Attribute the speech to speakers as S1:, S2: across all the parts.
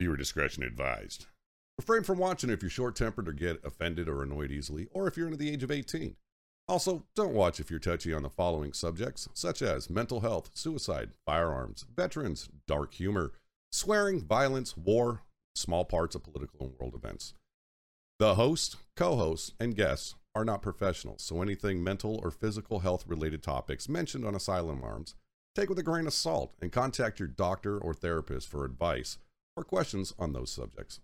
S1: Viewer discretion advised. Refrain from watching if you're short tempered or get offended or annoyed easily, or if you're under the age of 18. Also, don't watch if you're touchy on the following subjects, such as mental health, suicide, firearms, veterans, dark humor, swearing, violence, war, small parts of political and world events. The host, co hosts, and guests are not professionals, so anything mental or physical health related topics mentioned on asylum arms, take with a grain of salt and contact your doctor or therapist for advice or questions on those subjects.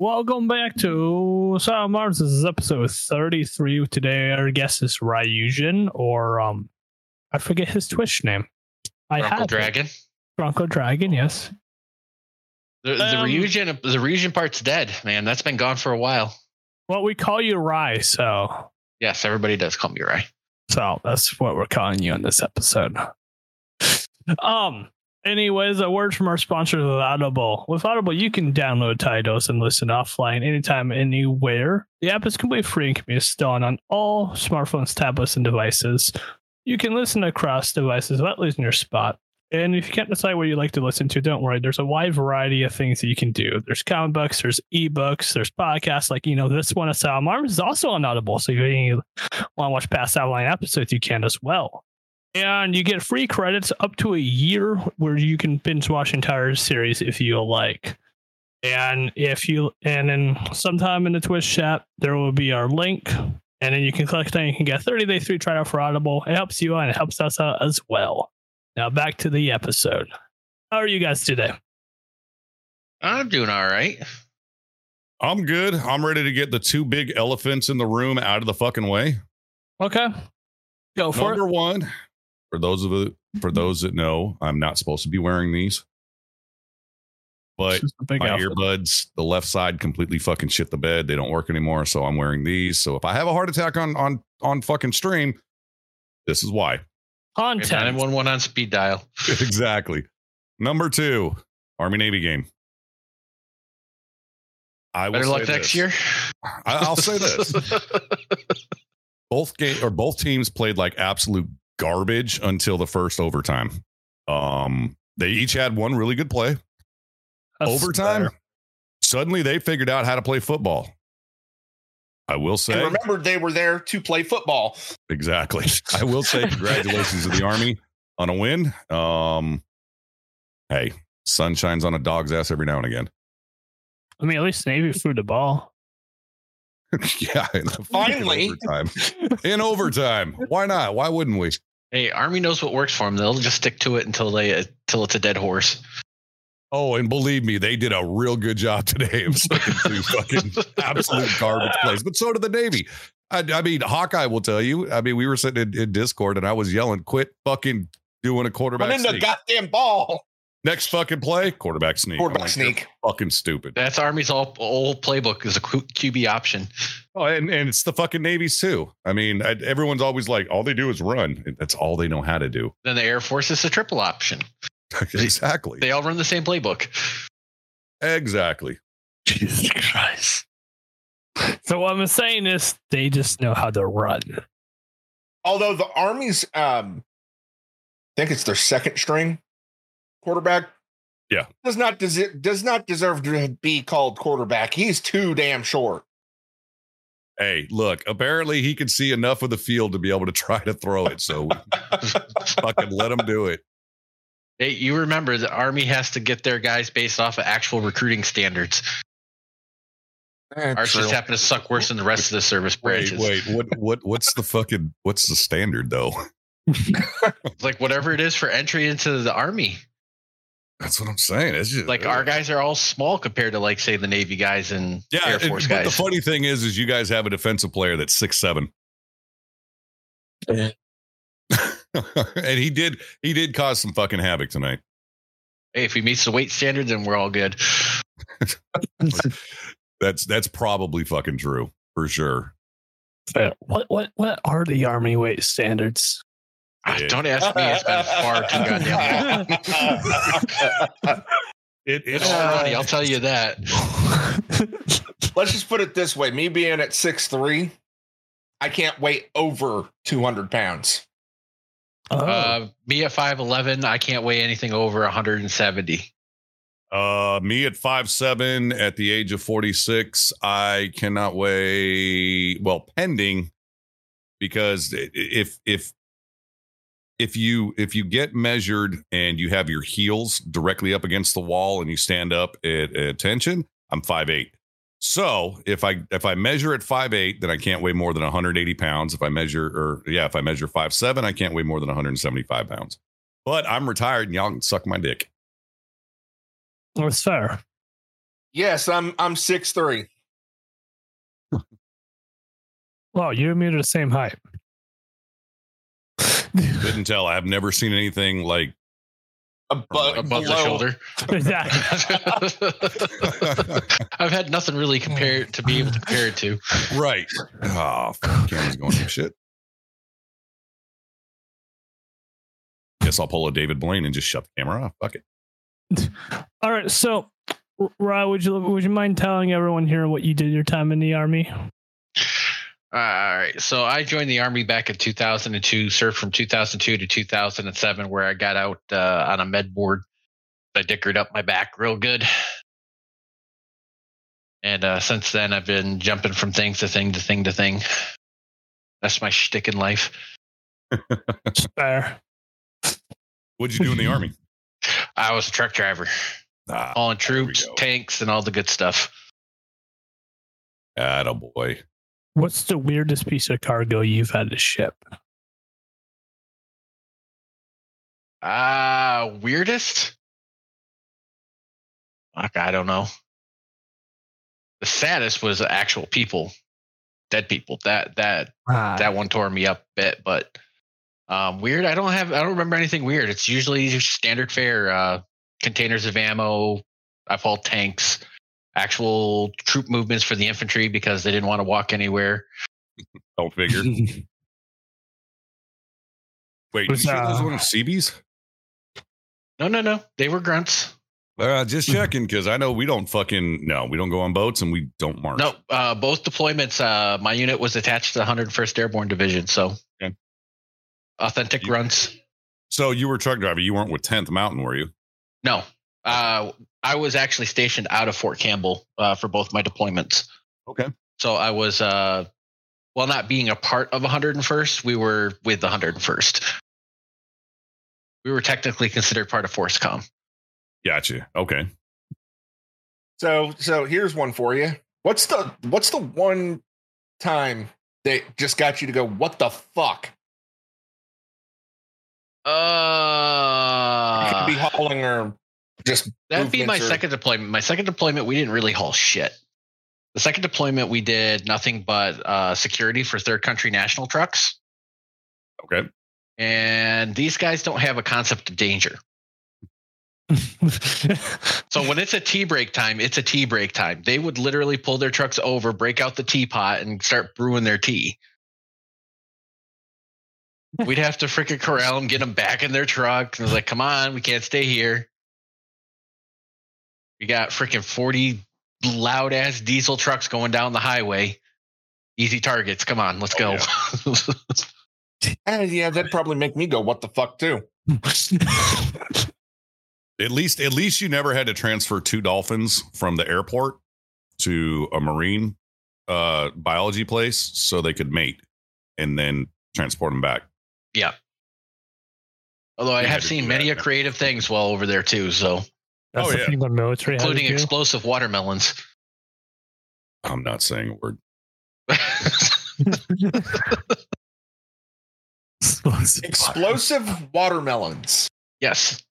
S2: Welcome back to Asylum Arms. This is episode 33. Today, our guest is Ryujin, or um, I forget his Twitch name. I
S3: Uncle
S2: had
S3: Dragon.
S2: Bronco Dragon, yes.
S3: The, the
S2: Um,
S3: Ryujin, the Ryujin part's dead, man. That's been gone for a while.
S2: Well, we call you Rai, so
S3: Yes, everybody does call me Rai.
S2: so that's what we're calling you in this episode. Um. Anyways, a word from our sponsors with Audible. With Audible, you can download Tidals and listen offline anytime, anywhere. The app is completely free and can be installed on all smartphones, tablets, and devices. You can listen across devices without losing your spot. And if you can't decide what you like to listen to, don't worry. There's a wide variety of things that you can do. There's comic books, there's ebooks, there's podcasts. Like, you know, this one, Asylum Arms, is also on Audible. So if you want to watch past outline episodes, you can as well. And you get free credits up to a year where you can binge watch entire series if you like. And if you, and then sometime in the Twitch chat, there will be our link. And then you can click that and you can get a 30 day free trial for Audible. It helps you out and it helps us out as well. Now back to the episode. How are you guys today?
S3: I'm doing all right.
S4: I'm good. I'm ready to get the two big elephants in the room out of the fucking way.
S2: Okay. Go for
S4: Number one, for those of you-
S3: Mm-hmm.
S4: for those that know, I'm not supposed to be wearing these,
S2: it.
S4: but
S2: Just a big
S4: my
S2: outfit.
S4: earbuds, the left side, completely fucking shit the bed. They don't work anymore, so I'm wearing these. So if I have a heart attack on on on fucking stream, this is why.
S3: If
S2: Content.
S3: anyone went on speed dial,
S4: exactly. Number two, Army Navy game. I will
S3: better
S4: say
S3: luck next
S4: this.
S3: year.
S4: I- I'll say this. both game or both teams played like absolute garbage until the first overtime. Um, they each had one really good play.
S2: That's
S4: overtime,
S2: fair.
S4: suddenly they figured out how to play football. I will
S5: And
S4: say
S5: remember, they were there to play football.
S4: exactly. I will say congratulations to the army on a win. Um, hey, sun shines on a dog's ass every now and again.
S2: I mean, at least Navy threw the ball.
S4: yeah, and fucking
S5: Finally.
S4: overtime. in overtime. Why not? Why wouldn't we?
S3: Hey, Army knows what works for them. They'll just stick to it until they until it's a dead horse.
S4: Oh, and believe me, they did a real good job today of sticking to fucking absolute garbage plays. But so did the Navy. I, I mean, Hawkeye will tell you. I mean, we were sitting in, in Discord and I was yelling, "Quit fucking doing a quarterback
S5: Run into
S4: sneak."
S5: goddamn ball.
S4: Next fucking play, quarterback sneak. I'm
S5: Quarterback
S4: like,
S5: sneak.
S4: "You're Fucking stupid.
S3: That's Army's all, whole playbook is a Q- QB option.
S4: Oh, and and it's the fucking Navy's too. I mean, I, everyone's always like, all they do is run. And That's all they know how to do.
S3: Then the Air Force is a triple option.
S4: exactly.
S3: They all run the same playbook.
S4: exactly.
S2: Jesus Christ. So what I'm saying is they just know how to run.
S5: Although the Army's, um, I think it's their second string quarterback.
S4: Yeah.
S5: Does not desi- does not deserve to be called quarterback. He's too damn short.
S4: Hey, look. Apparently, he can see enough of the field to be able to try to throw it. So fucking let him do it.
S3: Hey, you remember the Army has to get their guys based off of actual recruiting standards. Ours just happen to suck worse than the rest of the service
S4: Wait,
S3: branches.
S4: wait, what what what's the fucking what's the standard though?
S3: It's Like whatever it is for entry into the army.
S4: That's what I'm saying. It's just uh,
S3: Like our guys are all small compared to like say the Navy guys and
S4: Yeah,
S3: Air
S4: and-
S3: Force
S4: but the
S3: guys.
S4: funny thing is, is you guys have a defensive player that's six seven.
S2: Yeah.
S4: and he did he did cause some fucking havoc tonight.
S3: hey, if he meets the weight standard, then we're all good.
S4: That's that's probably fucking true for sure.
S2: What what what are the army weight standards?
S3: Ah,
S4: Yeah.
S3: Don't ask me. It's been far too goddamn long.
S4: It
S3: It's
S4: it's
S5: Uh,
S3: funny, I'll tell you that.
S2: Oh,
S5: Let's just put it this way: me being at six three, I can't weigh over two hundred pounds.
S2: Oh.
S3: Uh, me at 5'11, I can't weigh anything over 170.
S4: Uh, me at five seven, at the age of 46, I cannot weigh, well, pending because i- i- if, if, if you if you get measured and you have your heels directly up against the wall and you stand up at, at tension, I'm five eight. So if I if I measure at five eight, then I can't weigh more than 180 pounds. If I measure or yeah, if I measure five seven, I can't weigh more than 175 pounds. But I'm retired and y'all can suck my dick.
S2: That's fair.
S5: Yes, I'm I'm six three.
S2: Well, you and me are the same height.
S4: couldn't tell. I've never seen anything like.
S5: Above,
S3: above the
S5: below.
S3: shoulder.
S2: yeah.
S3: I've had nothing really compare to be able to compare it to.
S4: right. Oh, fuck, camera's going to shit. Guess I'll pull a David Blaine and just shut the camera off. Fuck it.
S2: All right. So, R- Ra, would you would you mind telling everyone here what you did your time in the army?
S3: All right. So I joined the army back in 2002, served from 2002 to 2007, where I got out uh, on a med board. I dickered up my back real good. And uh, since then, I've been jumping from thing to thing to thing to thing. That's my shtick in life.
S2: Fair.
S4: What'd you do in the army?
S3: I was a truck driver,
S4: Ah,
S3: hauling troops,
S4: go.
S3: tanks, and all the good stuff.
S4: attaboy.
S2: What's the weirdest piece of cargo you've had to ship?
S3: Ah, weirdest? Fuck, I don't know. The saddest was actual people, dead people. That that that one tore me up a bit, but um, weird. I don't have. I don't remember anything weird. It's usually just standard fare: uh, containers of ammo. I've hauled tanks, actual troop movements for the infantry because they didn't want to walk anywhere.
S4: Don't figure. Wait, you
S2: Was,
S4: sure those
S2: uh,
S4: one of CB's?
S3: No, no, no. They were grunts.
S4: Uh, just checking because I know we don't fucking no, we don't go on boats and we don't march.
S3: No, uh, both deployments. Uh, my unit was attached to the 101st Airborne Division, so
S4: Okay.
S3: authentic
S4: You-
S3: grunts.
S4: So you were a truck driver. You weren't with 10th Mountain, were you?
S3: No, uh, I was actually stationed out of Fort Campbell uh, for both my deployments.
S4: Okay.
S3: So I was, uh, while not being a part of 101st, we were with the 101st. We were technically considered part of ForceCom.
S4: Gotcha. Okay.
S5: So so here's one for you. What's the what's the one time that just got you to go? What the fuck? You could be
S3: Uh,
S5: hauling or just
S3: that'd be my
S5: movements or-
S3: second deployment. My second deployment, we didn't really haul shit. The second deployment, we did nothing but uh, security for third country national trucks.
S4: Okay.
S3: And these guys don't have a concept of danger. So when it's a tea break time, it's a tea break time. They would literally pull their trucks over, break out the teapot, and start brewing their tea. We'd have to freaking corral them, get them back in their truck. And it's like, come on, we can't stay here. We got freaking 40 loud ass diesel trucks going down the highway. Easy targets. Come on, let's
S4: Oh,
S3: go.
S5: Eh, yeah, that'd probably make me go. What the fuck too?
S4: At least, at least you never had to transfer two dolphins from the airport to a marine uh, biology place so they could mate and then transport them back.
S3: Although I
S4: We had
S3: have
S4: to
S3: seen
S4: do
S3: many
S4: that,
S3: a
S4: man.
S3: creative things while over there too. So
S2: That's
S4: Oh,
S2: the
S4: yeah.
S2: thing the military had to
S3: including
S2: do.
S3: explosive watermelons.
S4: I'm not saying a word.
S2: Explosive.
S5: Explosive watermelons.
S3: Yes.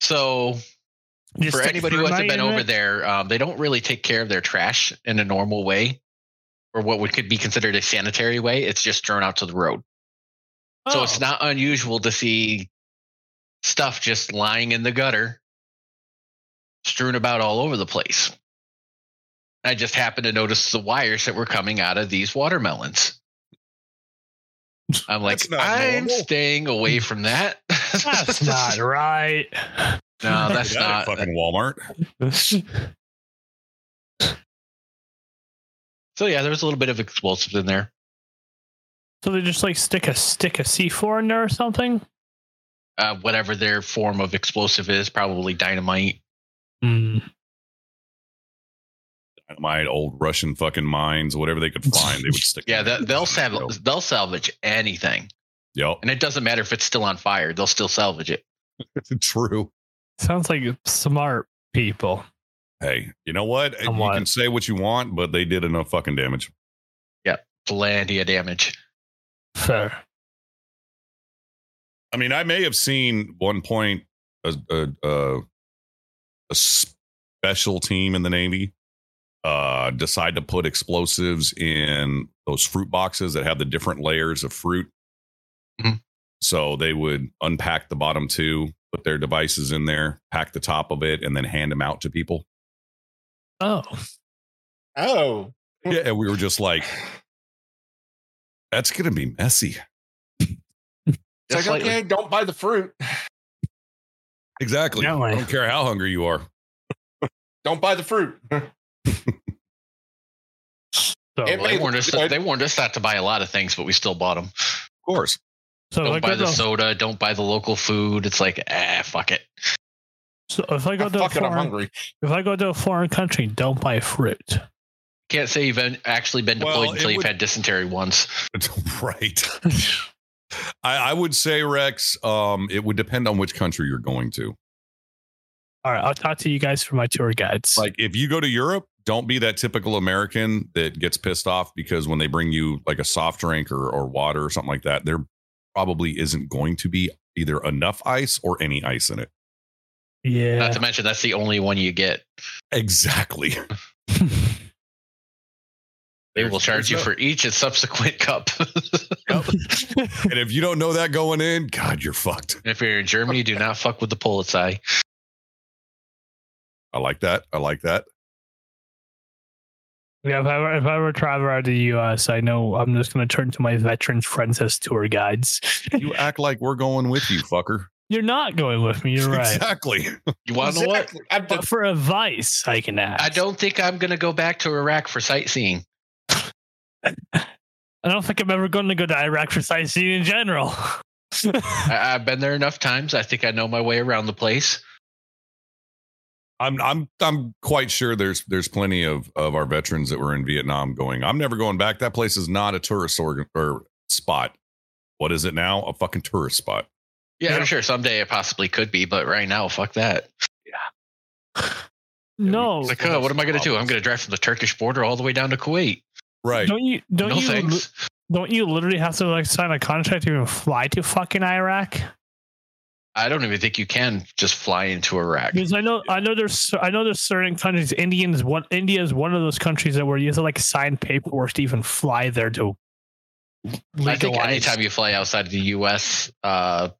S3: So
S2: Just
S3: for
S2: stick
S3: anybody who hasn't
S2: thermite
S3: been
S2: in
S3: over
S2: it?
S3: there, um, they don't really take care of their trash in a normal way, or what would could be considered a sanitary way. It's just thrown out to the road. So Oh, it's not unusual to see stuff just lying in the gutter, strewn about all over the place. I just happened to notice the wires that were coming out of these watermelons. I'm like,
S4: That's not
S3: I'm
S4: normal."
S3: staying away from that.
S2: That's not right.
S3: No,
S4: That's
S3: that's
S4: not
S3: not.
S4: fucking Walmart.
S3: So yeah, there was a little bit of explosives in there.
S2: So they just like stick a stick a C4 in there or something?
S3: Uh, whatever their form of explosive is, probably dynamite.
S2: Hmm.
S4: Dynamite, old Russian fucking mines, whatever they could find, they would stick.
S3: Yeah,
S4: it.
S3: that, they'll
S4: Yep.
S3: salvage. They'll salvage anything,
S4: Yep,
S3: and it doesn't matter if it's still on fire. They'll still salvage it.
S4: true.
S2: Sounds like smart people.
S4: Hey, you know what?
S2: Somewhat.
S4: You can say what you want, but they did enough fucking damage.
S3: Plenty of damage.
S2: Fair.
S4: I mean, I may have seen one point a a, a, a special team in the Navy uh, decide to put explosives in those fruit boxes that have the different layers of fruit. Mm-hmm.
S3: Mhm.
S4: So they would unpack the bottom two, put their devices in there, pack the top of it, and then hand them out to people.
S2: Oh,
S5: Oh,
S4: Yeah, and we were just like, "That's gonna be messy."
S5: it's like
S3: Just slightly.
S5: okay, don't buy the fruit.
S4: Exactly.
S2: Definitely.
S4: I don't care how hungry you are.
S5: Don't buy the fruit.
S2: so,
S5: It
S3: Well,
S5: may-
S3: they warned us. They warned us not to buy a lot of things, but we still bought them.
S4: Of course.
S2: so
S3: Don't
S2: if Oh, I
S3: buy
S2: go
S3: the
S2: to,
S3: soda. Don't buy the local food. It's like, ah, fuck it.
S2: so if I go
S5: Ah,
S2: to a
S5: fuck it, I'm
S2: foreign,
S5: hungry.
S2: if I go to a foreign country, don't buy fruit.
S3: Can't say you've en- actually been deployed
S4: Well, it
S3: until you've
S4: would-
S3: had dysentery once.
S4: right. I, I would say, Rex, um, it would depend on which country you're going to.
S2: All right, I'll talk to you guys for my tour guides.
S4: Like, if you go to Europe, don't be that typical American that gets pissed off because when they bring you like a soft drink or, or water or something like that, there probably isn't going to be either enough ice or any ice in it.
S2: yeah,
S3: Not to mention that's the only one you get.
S4: Exactly.
S3: They will charge you
S4: There's no-
S3: for each and subsequent cup.
S4: And if you don't know that going in, God, you're fucked.
S3: if you're in Germany, do not fuck with the Polizei.
S4: I like that. I like that.
S2: yeah. If I were, if I were traveling out to the U.S., I know I'm just going to turn to my veteran friends as tour guides.
S4: You act like we're going with you, fucker.
S2: You're not going with me. You're right.
S4: Exactly.
S3: You want to know what?
S5: Exactly. I'm
S2: But for advice, I can ask.
S3: I don't think I'm going to go back to Iraq for sightseeing.
S2: I don't think I'm ever going to go to Iraq for sightseeing in general.
S3: I, I've been there enough times. I think I know my way around the place.
S4: I'm I'm I'm quite sure there's there's plenty of of our veterans that were in Vietnam going. I'm never going back. That place is not a tourist organ or spot. What is it now? A fucking tourist spot.
S3: Yeah,
S2: Yeah.
S3: I'm sure someday it possibly could be, but right now, fuck that.
S2: no,
S3: It's like, oh, what am I going to do? I'm going to drive from the Turkish border all the way down to Kuwait.
S4: Right.
S2: don't you don't
S3: no
S2: you li-
S3: thanks.
S2: don't you literally have to like sign a contract to even fly to fucking Iraq?
S3: I don't even think you can just fly into Iraq.
S2: Because I know I know there's I know there's certain countries. Indians one India is one of those countries that where you have to like sign paperwork to even fly there to.
S3: I think
S2: legalize.
S3: anytime you fly outside of the U.S. Uh,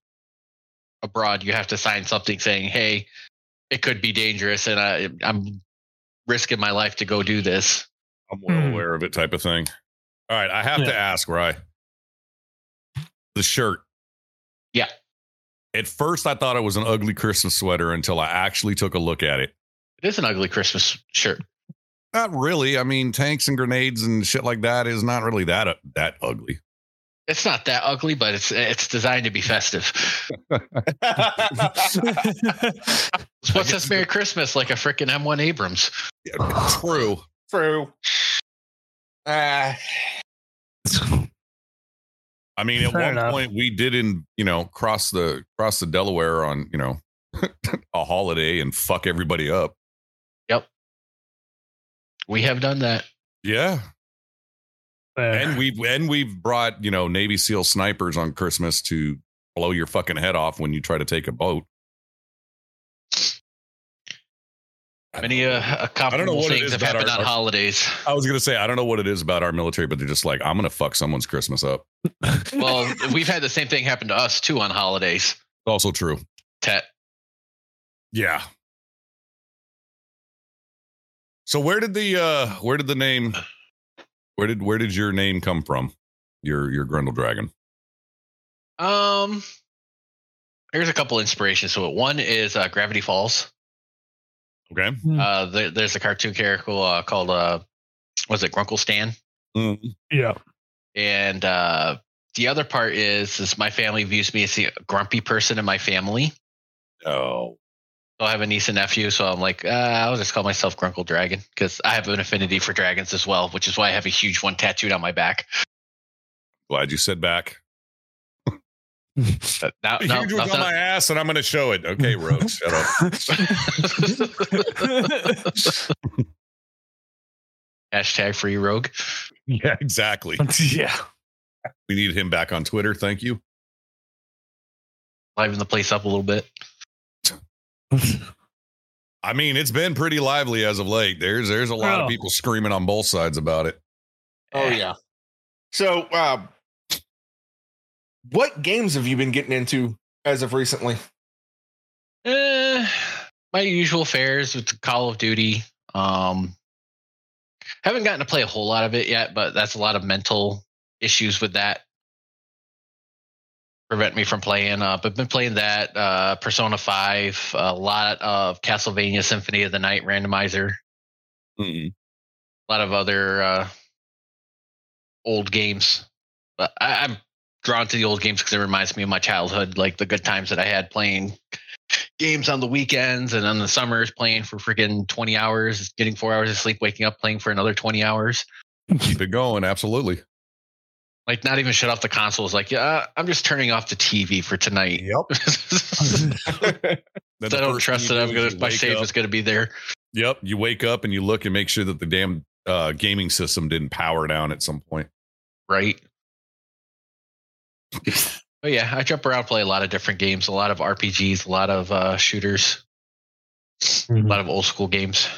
S3: abroad, you have to sign something saying, "Hey, it could be dangerous, and I, I'm risking my life to go do this."
S4: I'm well
S2: Hmm.
S4: aware of it type of thing. All right, I have
S2: Yeah.
S4: to ask, Rye. The shirt.
S3: Yeah.
S4: At first I thought it was an ugly Christmas sweater until I actually took a look at it.
S3: It is an ugly Christmas shirt.
S4: Not really. I mean, tanks and grenades and shit like that is not really that uh, that ugly.
S3: It's not that ugly, but it's it's designed to be festive. So What's this Merry Christmas like a freaking M1 Abrams?
S4: True.
S5: True. Uh,
S4: I mean, at
S2: Fair
S4: one
S2: enough.
S4: point we did in you know cross the cross the Delaware on you know a holiday and fuck everybody up.
S3: We have done that.
S4: Yeah,
S2: Fair.
S4: and we've and we've brought you know Navy SEAL snipers on Christmas to blow your fucking head off when you try to take a boat.
S3: Many uh, uh, comparable
S4: what it
S3: things
S4: is
S3: have
S4: about
S3: happened
S4: our-
S3: on
S4: our-
S3: holidays.
S4: I was gonna say I don't know what it is about our military, but they're just like I'm gonna fuck someone's Christmas up.
S3: Well, we've had the same thing happen to us too on holidays.
S4: Also true.
S3: Tet.
S4: Yeah. So where did the uh where did the name where did where did your name come from? Your your Grendel Dragon.
S3: Um, here's a couple inspirations to it. One is uh, Gravity Falls.
S4: Okay.
S3: Uh, there, there's a cartoon character uh,
S4: Mm.
S3: called uh, was it Grunkle Stan,
S2: yeah.
S3: and uh, The other part is is my family views me as the grumpy person in my family.
S4: No.
S3: So I have a niece and nephew, so I'm like, uh, I'll just call myself Grunkle Dragon because I have an affinity for dragons as well, which is why I have a huge one tattooed on my back.
S4: Glad you said back.
S3: But Now,
S4: Huge
S3: now,
S4: one's
S3: now,
S4: on my ass, and I'm going to show it. Okay, Roach, shut up.
S3: hashtag free rogue.
S4: Yeah, exactly.
S2: yeah.
S4: We need him back on Twitter. Thank you.
S3: Liven the place up a little bit.
S4: I mean, it's been pretty lively as of late. There's there's a lot
S2: Oh.
S4: of people screaming on both sides about it.
S5: Oh yeah. So, uh, what games have you been getting into as of recently?
S3: Eh, my usual fares with Call of Duty. Um, haven't gotten to play a whole lot of it yet, but that's a lot of mental issues with that. Prevent me from playing. Uh, but been playing that uh, Persona Five, a lot of Castlevania Symphony of the Night randomizer, Mm-hmm. a lot of other uh, old games. But I, I'm drawn to the old games because it reminds me of my childhood, like the good times that I had playing games on the weekends and on the summers, playing for freaking 20 hours, getting four hours of sleep, waking up, playing for another 20 hours.
S4: Keep it going. Absolutely.
S3: Like, not even shut off the consoles. Like, yeah, I'm just turning off the TV for tonight.
S4: Yep.
S3: so I don't trust that I'm gonna my save is gonna be there.
S4: Yep. You wake up and you look and make sure that the damn uh, gaming system didn't power down at some point.
S3: right? but yeah, I jump around, play a lot of different games, a lot of RPGs, a lot of uh, shooters, a lot of old school games.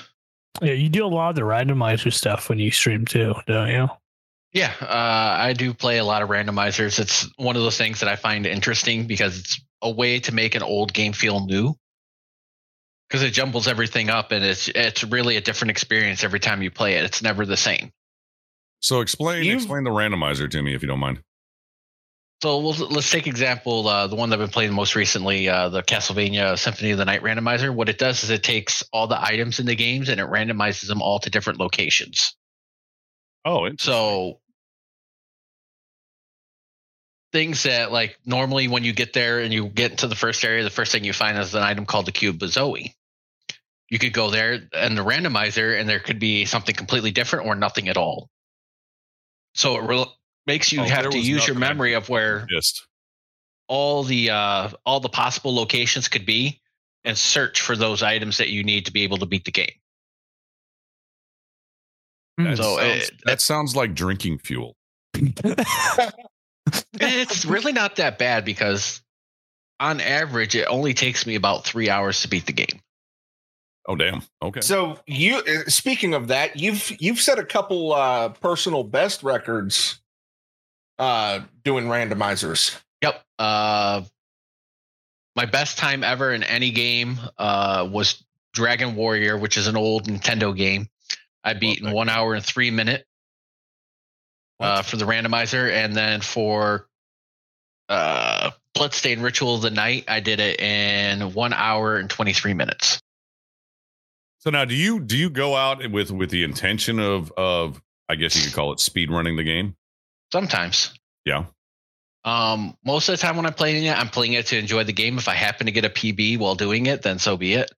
S2: Yeah, you do a lot of the randomizer stuff when you stream too, don't you?
S3: Yeah, uh, I do play a lot of randomizers. It's one of those things that I find interesting because it's a way to make an old game feel new. Because it jumbles everything up, and it's it's really a different experience every time you play it. It's never the same.
S4: So explain
S5: You've-
S4: explain the randomizer to me if you don't mind.
S3: So we'll, let's take example uh, the one that I've been playing most recently, uh, the Castlevania Symphony of the Night randomizer. What it does is it takes all the items in the games and it randomizes them all to different locations.
S4: Oh,
S3: So things that like normally when you get there and you get into the first area, the first thing you find is an item called the Cube of Zoe. You could go there and the randomizer, and there could be something completely different or nothing at all. So it re- makes you
S4: Oh,
S3: have
S4: there
S3: to
S4: was
S3: use your
S4: nothing.
S3: memory of where
S4: just
S3: all the uh, all the possible locations could be and search for those items that you need to be able to beat the game.
S2: Hmm.
S4: that,
S3: So, uh,
S4: sounds, eh, that sounds like drinking fuel.
S3: And it's really not that bad because on average it only takes me about 3 hours to beat the game.
S4: Oh damn. Okay.
S5: So you uh, speaking of that, you've you've set a couple uh personal best records uh doing randomizers.
S3: Yep. Uh my best time ever in any game uh was Dragon Warrior, which is an old Nintendo game. I beat in
S4: that
S3: 1 hour and 3 minute uh, for the randomizer, and then for uh, Bloodstained Ritual of the Night, I did it in one hour and twenty three minutes.
S4: So now do you do you go out with with the intention of of I guess you could call it speed running the game?
S3: Sometimes,
S4: Yeah.
S3: Um, most of the time when I'm playing it, I'm playing it to enjoy the game. If I happen to get a PB while doing it, then so be it.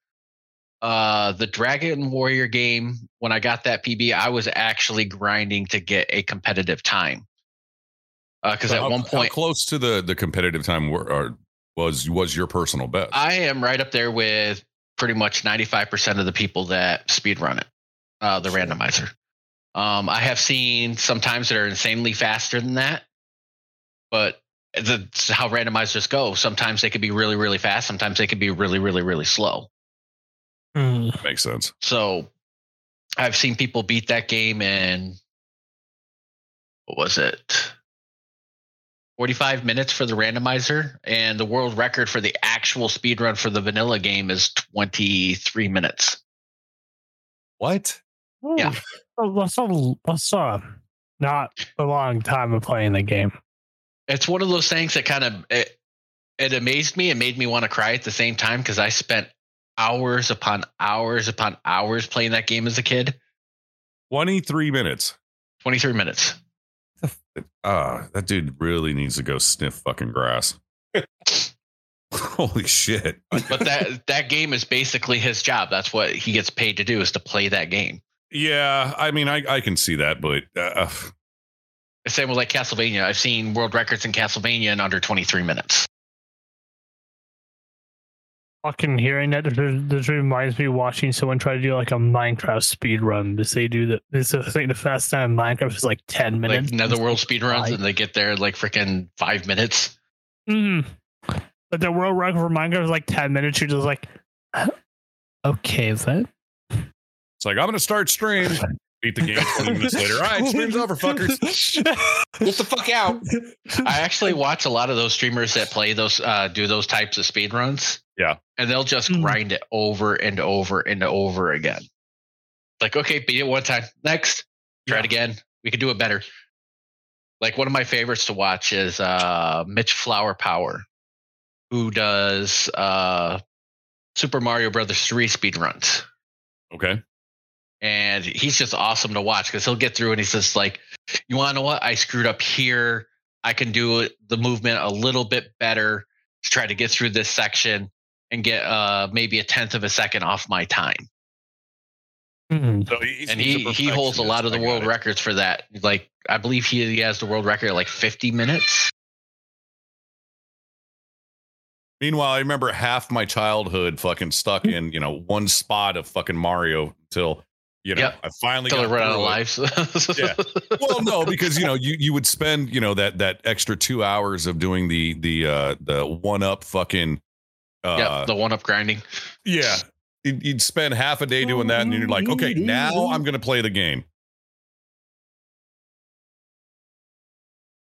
S3: Uh, the Dragon Warrior game, when I got that PB, I was actually grinding to get a competitive time. Because
S4: So
S3: at
S4: how-
S3: one
S4: how
S3: point,
S4: close to the the competitive time were, or was was your personal best.
S3: I am right up there with pretty much 95% of the people that speedrun it, uh, the randomizer. Um, I have seen some times that are insanely faster than that, but that's how randomizers go. Sometimes they could be really, really fast. Sometimes they could be really, really, really slow.
S2: Hmm.
S4: Makes sense.
S3: So I've seen people beat that game in what was it? 45 minutes for the randomizer and the world record for the actual speed run for the vanilla game is 23 minutes.
S4: What?
S3: Yeah.
S2: Oh, That's a, that's a not a long time of playing the game.
S3: It's one of those things that kind of it, it amazed me and made me want to cry at the same time cuz I spent hours upon hours upon hours playing that game as a kid.
S4: Twenty three minutes.
S3: 23 minutes.
S4: Ah, that dude really needs to go sniff fucking grass. Holy shit.
S3: But that that game is basically his job. That's what he gets paid to do is to play that game.
S4: Yeah, I mean, I, I can see that, but uh,
S3: The Same with like Castlevania. I've seen world records in Castlevania in under 23 minutes.
S2: Fucking hearing that this- this reminds me of watching someone try to do like a Minecraft speed run. This they do the this I think the fast time in Minecraft is like ten minutes.
S3: Like Netherworld speedruns, and they get there in, like freaking five minutes.
S2: Mm. But the world record for Minecraft is like ten minutes. You're just like, okay, what?
S4: it's like, I'm going to start stream. Beat the game 20 minutes later. All right, stream's over, fuckers.
S5: Get the fuck out.
S3: I actually watch a lot of those streamers that play those, uh, do those types of speedruns.
S4: Yeah.
S3: And they'll just
S2: Mhm.
S3: grind it over and over and over again. Like, okay, beat it one time. Next, try it again. We can do it better. Like, one of my favorites to watch is uh, Mitch Flower Power, who does uh, Super Mario Brothers 3 speedruns
S4: Okay.
S3: and he's just awesome to watch because he'll get through and he's just like, you want to know what? I screwed up here. I can do it- the movement a little bit better to try to get through this section and get uh, maybe a tenth of a second off my time.
S2: Mm.
S4: So he's
S3: and he
S4: he's
S3: he holds a lot of the
S4: perfectionist. I
S3: world
S4: got it.
S3: records for that. Like I believe he, he has the world record at like 50 minutes.
S4: Meanwhile, I remember half my childhood fucking
S3: Hmm.
S4: stuck in, you know, one spot of fucking Mario until, you know,
S3: Yep.
S4: I finally
S3: Until I run out of
S4: through it.
S3: lives.
S4: Yeah. well no because you know you you would spend you know that that extra two hours of doing the the uh the one up fucking
S3: yeah,
S4: uh
S3: the one up grinding.
S4: yeah you'd, you'd spend half a day doing that and then you're like okay now i'm gonna play the game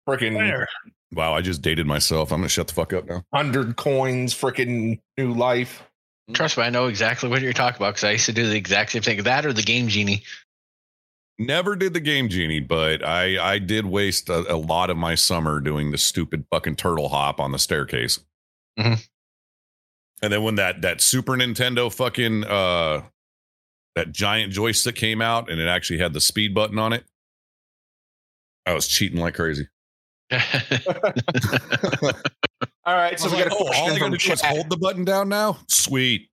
S5: Freaking
S2: There.
S4: wow i just dated myself i'm gonna shut the fuck up now
S5: hundred coins. Freaking new life.
S4: Mm.
S3: Trust me, I know exactly what you're talking about because I used to do the exact same thing. That or the game genie.
S4: never did the game genie but i i did waste a, a lot of my summer doing the stupid fucking turtle hop on the staircase
S3: Mhm.
S4: and then when that that super nintendo fucking uh that giant joystick came out and it actually had the speed button on it i was cheating like crazy
S5: All right, so
S4: I was
S5: we got
S4: like,
S5: a
S4: oh, all
S5: question
S4: i
S5: from
S4: gotta do is
S5: chat,
S4: hold the button down now sweet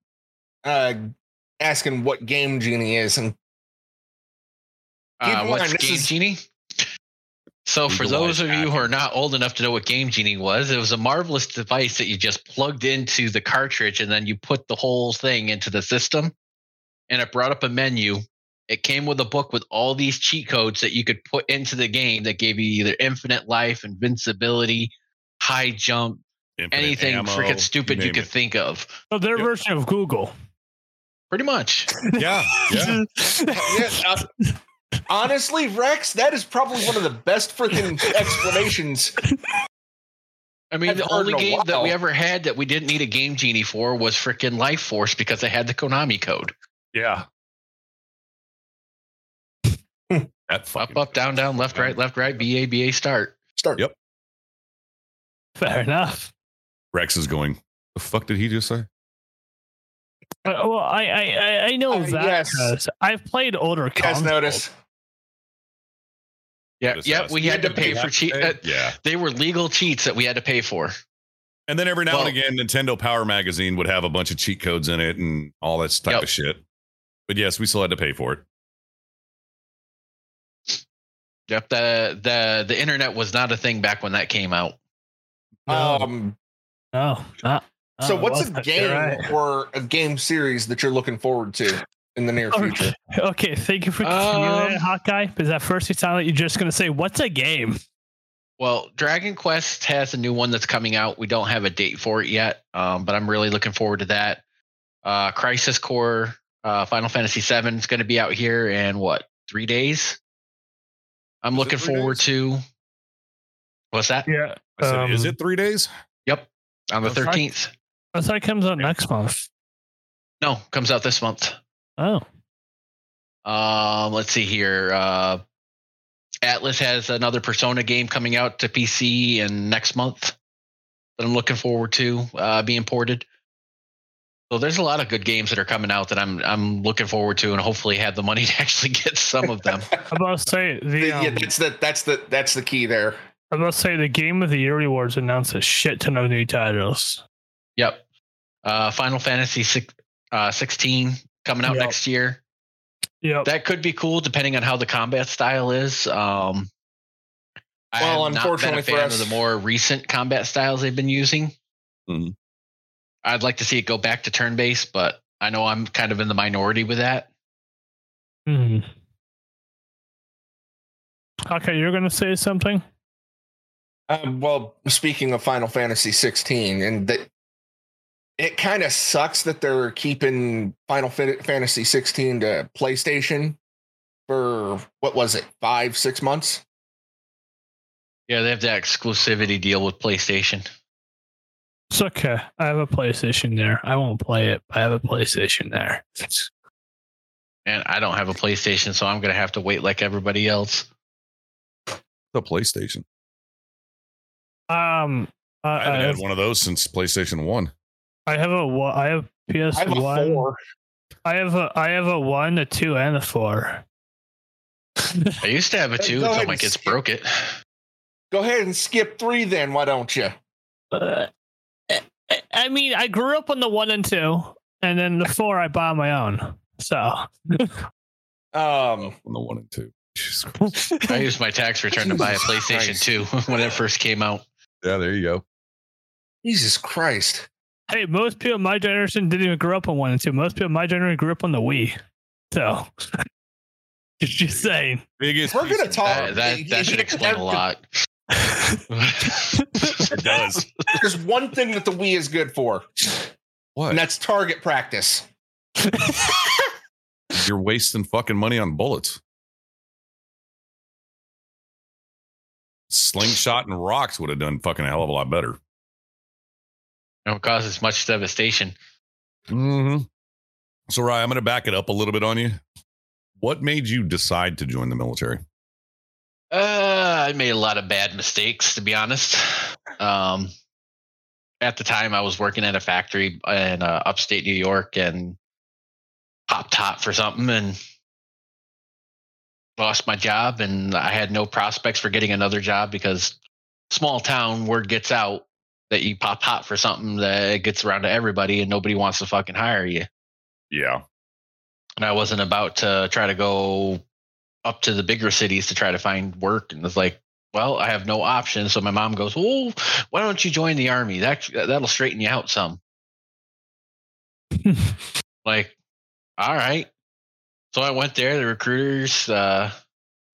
S5: uh, asking what game Genie is, and Keep
S3: Uh,
S5: in
S3: what's
S5: mind, this
S3: Game
S5: is-
S3: Genie? So, for
S4: Legalized
S3: those of you who are not old enough to know what Game Genie was, it was a marvelous device that you just plugged into the cartridge and then you put the whole thing into the system. And it brought up a menu. It came with a book with all these cheat codes that you could put into the game that gave you either infinite life, invincibility, high jump,
S4: Infinite
S3: anything
S4: ammo,
S3: freaking stupid you
S4: name
S3: could
S4: it.
S3: think of.
S2: So their
S4: Yep.
S2: version of Google.
S3: Pretty much.
S4: yeah yeah
S5: Yeah, uh, honestly, Rex, that is probably one of the best freaking explanations.
S3: I mean,
S5: I've
S3: the
S5: heard
S3: only
S5: in a
S3: game that we
S5: while.
S3: ever had that we didn't need a Game Genie for was freaking Life Force because I had the Konami code.
S4: yeah that
S3: Up,
S4: fucking
S3: up, down, down, left, right, left, right, B A B A start.
S5: Start.
S4: Yep.
S2: Fair enough.
S4: rex is going the fuck did he just say
S2: Uh, well, I I I- I know
S5: Uh,
S2: that
S5: yes.
S2: 'cause I've played older
S5: You guys
S2: consoles.
S5: notice?
S3: Yeah,
S4: This
S3: yeah.
S4: has-
S3: We had to pay for cheat. Uh,
S4: yeah
S3: they were legal cheats that we had to pay for.
S4: And then every now
S3: Well-
S4: and again, Nintendo Power Magazine would have a bunch of cheat codes in it and all that type
S3: Yep.
S4: of shit. But yes, we still had to pay for it.
S3: Yep. The the the internet was not a thing back when that came out.
S2: No,
S5: Um,
S2: no, not-
S5: so,
S2: no, it
S5: what's a
S2: wasn't. You're uh,
S5: game
S2: Oh, right.
S5: or a game series that you're looking forward to in the near future?
S2: Okay. okay, thank you for
S3: Um,
S2: continuing, that, Hawkeye. Because at first you sounded like you're just gonna say, "What's a game?"
S3: Well, Dragon Quest has a new one that's coming out. We don't have a date for it yet, um, but I'm really looking forward to that. Uh, Crisis Core, uh, Final Fantasy VII is going to be out here in what three days? I'm
S4: Is it
S3: looking
S4: three
S3: forward
S4: days?
S3: to. What's that?
S2: Yeah,
S4: I said,
S2: Um,
S4: is it three days?
S3: Yep, on the
S2: Oh, fuck.
S3: 13th.
S2: I thought it comes out next month.
S3: No, comes out this month.
S2: Oh,
S3: Um, let's see here. Uh, Atlas has another Persona game coming out to PC and next month that I'm looking forward to uh, being ported. So there's a lot of good games that are coming out that I'm I'm looking forward to, and hopefully have the money to actually get some of them.
S2: I'm about to say the,
S5: yeah,
S2: um,
S5: that's the that's the that's the key there.
S2: I'm about to say the game of the year rewards announced a shit ton of new titles.
S3: yep. Uh, Final Fantasy six, uh, 16 coming out
S2: Yep.
S3: next year.
S2: Yep.
S3: That could be cool depending on how the combat style is. Um, I
S5: Well,
S3: have not
S5: unfortunately for
S3: been a fan
S5: us-
S3: of the more recent combat styles they've been using.
S5: Mm-hmm.
S4: Mhm.
S3: I'd like to see it go back to turn based, but I know I'm kind of in the minority with that.
S2: Hmm. Okay, you're gonna say something.
S5: Um, well, speaking of Final Fantasy 16, and that it kind of sucks that they're keeping Final Fa- Fantasy 16 to PlayStation for what was it, five, six months?
S3: Yeah, they have that exclusivity deal with PlayStation.
S2: It's okay. I have a PlayStation there. I won't play it. but I have a PlayStation there.
S3: And I don't have a PlayStation, so I'm going to have to wait like everybody else.
S4: The PlayStation.
S2: Um,
S4: I
S2: I, I
S4: haven't had
S2: have,
S4: one of those since PlayStation One.
S2: I have a wa- I have PS
S5: I have a
S2: One.
S5: four.
S2: I have a I have a one, a two, and a four.
S3: I used to have a
S5: Go
S3: two
S5: ahead
S3: until
S5: and
S3: my kids
S5: skip.
S3: broke it.
S5: Go ahead and skip three, then why don't you?
S2: Uh, I- I mean, I grew up on the one and two, and then the four I bought on my own. So
S5: Um,
S4: On the one and two. Jesus Christ.
S3: I used my tax return to buy a
S5: Jesus
S3: PlayStation
S5: Christ.
S3: 2 when it first came out.
S4: Yeah, there you go.
S5: Jesus Christ!
S2: hey, most people in my generation didn't even grow up on one and two. Most people in my generation grew up on the Wii. So just saying.
S4: Biggest.
S5: We're gonna
S4: piece of-
S3: That,
S5: talk-
S3: that, that should explain a lot.
S4: It does.
S5: There's one thing that the Wii is good for, and
S4: What?
S5: that's target practice.
S4: You're wasting fucking money on bullets. Slingshot and rocks would have done fucking a hell of a lot better.
S3: It would cause as much devastation.
S4: Mm-hmm. So, Ryan, I'm going to back it up a little bit on you. What made you decide to join the military?
S3: Uh, I made a lot of bad mistakes, to be honest. Um, at the time, I was working at a factory in uh, upstate New York and popped hot for something and lost my job. And I had no prospects for getting another job because small town word gets out that you pop hot for something that it gets around to everybody and nobody wants to fucking hire you.
S4: Yeah.
S3: and I wasn't about to try to go up to the bigger cities to try to find work. And it's like, well, I have no option. So my mom goes, "Oh, why don't you join the army? That that'll straighten you out some." like, all right. So I went there. The recruiters uh,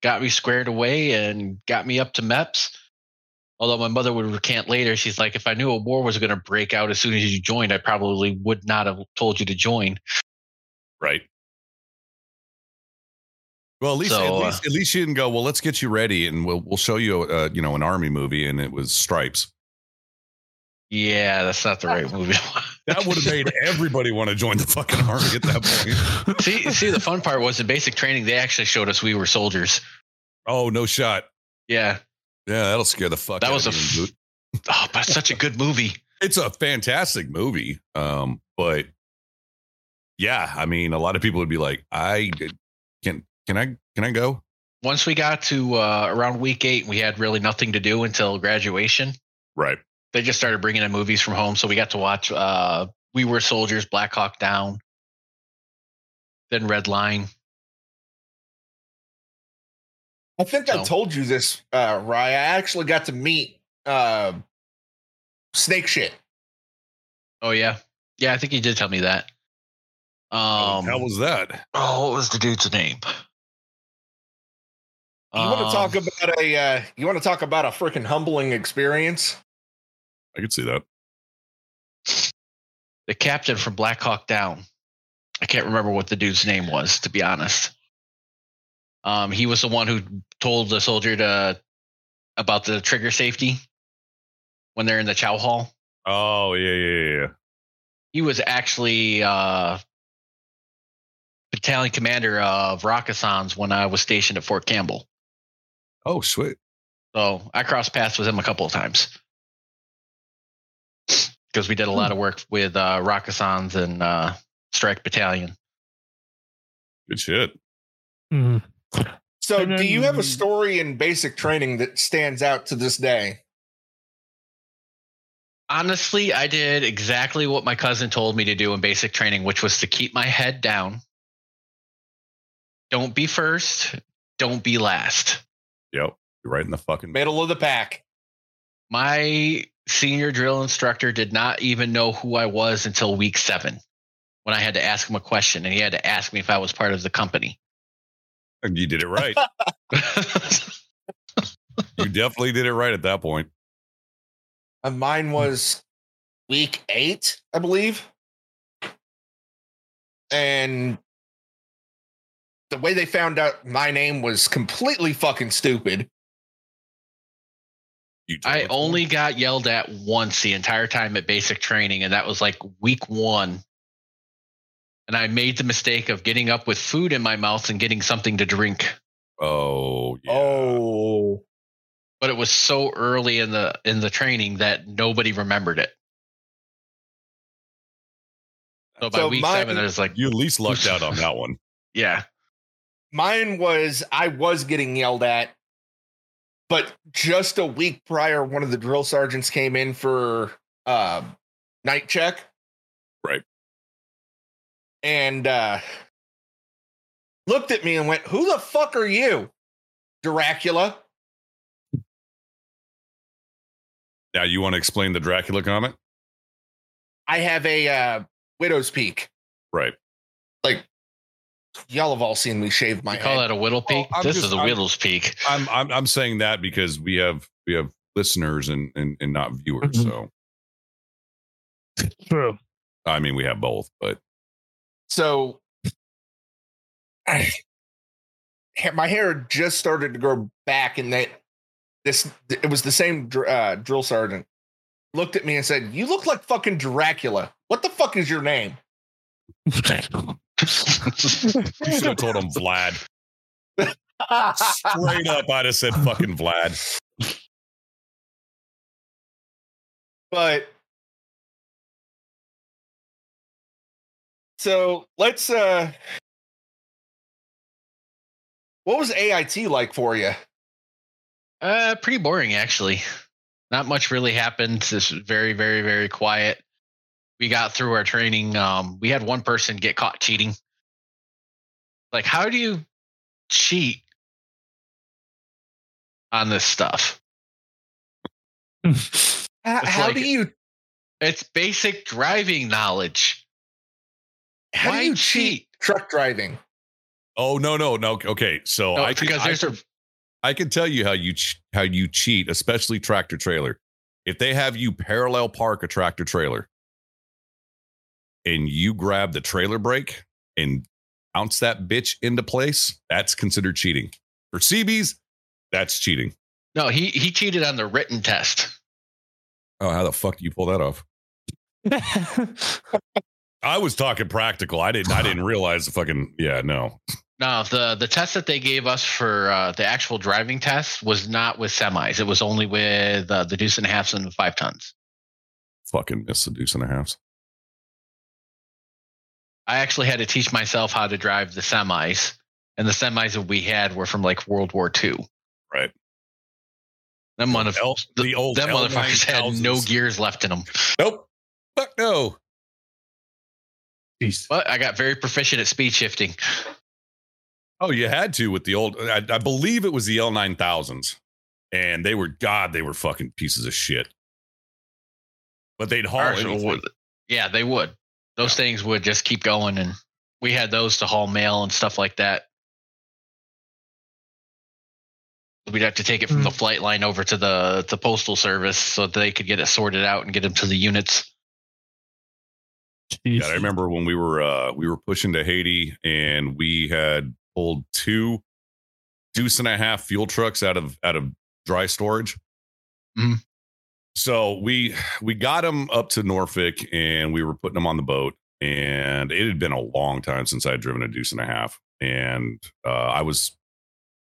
S3: got me squared away and got me up to MEPS. Although my mother would recant later, she's like, "If I knew a war was going to break out as soon as you joined, I probably would not have told you to join."
S4: Right. Well, at least,
S3: So,
S4: at,
S3: uh,
S4: least at least you didn't go. Well, let's get you ready, and we'll we'll show you, uh, you know, an army movie, and it was Stripes.
S3: Yeah, that's not the right movie. to watch.
S4: That would have made everybody want to join the fucking army at that point.
S3: see, see, the fun part was in basic training, they actually showed us we were soldiers.
S4: Oh, no shot.
S3: Yeah.
S4: Yeah, that'll scare the fuck.
S3: That
S4: out
S3: was
S4: of
S3: a
S4: you.
S3: f- Oh, but it's such a good movie.
S4: it's a fantastic movie. Um, but yeah, I mean, a lot of people would be like, I can can I can I go?
S3: Once we got to uh, around week eight, we had really nothing to do until graduation.
S4: Right.
S3: They just started bringing in movies from home. So we got to watch uh, We Were Soldiers, Black Hawk Down, then Red Line.
S5: I think I
S3: So-
S5: told you this, uh, Rye. I actually got to meet uh, Snake Shit.
S3: Oh, yeah. Yeah, I think you did tell me that. Um,
S4: How was that?
S3: oh, what was the dude's name?
S5: You want to talk about a uh, you want to talk about a freaking humbling experience?
S4: I could see that.
S3: the captain from Black Hawk Down. I can't remember what the dude's name was, to be honest. Um, he was the one who told the soldier to about the trigger safety when they're in the chow hall.
S4: Oh yeah, yeah, yeah.
S3: He was actually uh, battalion commander of Rockasans when I was stationed at Fort Campbell.
S4: Oh sweet.
S3: So I crossed paths with him a couple of times. because we did a lot of work with uh, Rockasans and uh, Strike Battalion.
S4: Good shit.
S2: Hmm.
S5: So,
S2: And
S5: do you have
S2: then-
S5: a story in basic training that stands out to this day?
S3: Honestly, I did exactly what my cousin told me to do in basic training, which was to keep my head down. Don't be first. Don't be last.
S4: Yep. You're right in the fucking.
S5: Middle of the pack.
S3: My senior drill instructor did not even know who I was until week seven when I had to ask him a question and he had to ask me if I was part of the company.
S4: You did it right. you definitely did it right at that point.
S5: Uh, Mine was week eight, I believe. And the way they found out my name was completely fucking stupid.
S4: You did
S3: I
S4: it.
S3: only got yelled at once the entire time at basic training, and that was like week one. And I made the mistake of getting up with food in my mouth and getting something to drink.
S4: Oh. Yeah.
S5: Oh.
S3: But it was so early in the in the training that nobody remembered it. So by
S5: So
S3: week
S5: my-
S3: seven, I was like,
S4: You at least lucked out on that one.
S3: yeah,
S5: Mine was I was getting yelled at, but just a week prior, one of the drill sergeants came in for uh, night check.
S4: Right.
S5: And uh, looked at me and went, Who the fuck are you, Dracula?
S4: Now you want to explain the Dracula comment?
S5: I have a uh, widow's peak.
S4: Right.
S5: Y'all have all seen me shave my
S3: we call
S5: head.
S3: that a whittle peak.
S4: I'm
S3: this
S4: just-
S3: is a
S4: I'm-
S3: whittle's peak.
S4: I'm I'm I'm saying that because we have we have listeners and and, and not viewers.
S2: Mhm.
S4: So
S2: True.
S4: I mean we have both, but
S5: So ha- my hair just started to grow back, and that this it was the same dr- uh, drill sergeant looked at me and said, "You look like fucking Dracula. What the fuck is your name?"
S4: you should have told him Vlad. Straight up, I'd have said fucking Vlad.
S5: but so let's uh what was AIT like for you?
S3: Uh, pretty boring actually. Not much really happened. This was very, very, very quiet. We got through our training. Um, we had one person get caught cheating. Like, how do you cheat on this stuff?
S5: How,
S3: It's
S5: how
S3: like-
S5: do you
S3: It's basic driving knowledge.
S5: how
S3: Why
S5: do you cheat truck driving?
S4: Oh no no no. Okay, so
S3: No,
S4: I can,
S3: Oh, because
S4: I,
S3: there's a
S4: I can tell you how you ch- how you cheat, especially tractor trailer. If they have you parallel park a tractor trailer, and you grab the trailer brake and bounce that bitch into place, that's considered cheating. For CBs, that's cheating.
S3: no. He he cheated on the written test.
S4: Oh, how the fuck do you pull that off? I was talking practical. I didn't. I didn't realize the fucking. Yeah, no.
S3: No, the the test that they gave us for uh, the actual driving test was not with semis. It was only with uh, the deuce and a halfs and the five tons.
S4: Fucking missed the deuce and a half.
S3: I actually had to teach myself how to drive the semis, and the semis that we had were from like World War II.
S4: Right.
S3: Them, motherf-
S4: L-
S3: the,
S4: the old
S3: them motherfuckers had no
S4: L9000s.
S3: gears left in them.
S4: Nope. Fuck no.
S3: But I got very proficient at speed shifting.
S4: Oh, you had to with the old. I, I believe it was the L nine thousands, and they were God. They were fucking pieces of shit. But they'd haul.
S3: Ours
S4: anything.
S3: would- yeah, they would. Those things would just keep going, and we had those to haul mail and stuff like that. We'd have to take it from
S2: Hmm.
S3: the flight line over to the the postal service so that they could get it sorted out and get them to the units.
S4: Yeah, I remember when we were uh we were pushing to Haiti and we had pulled two deuce and a half fuel trucks out of out of dry storage.
S3: Mhm.
S4: So we we got them up to Norfolk and we were putting them on the boat and it had been a long time since I had driven a deuce and a half and uh, I was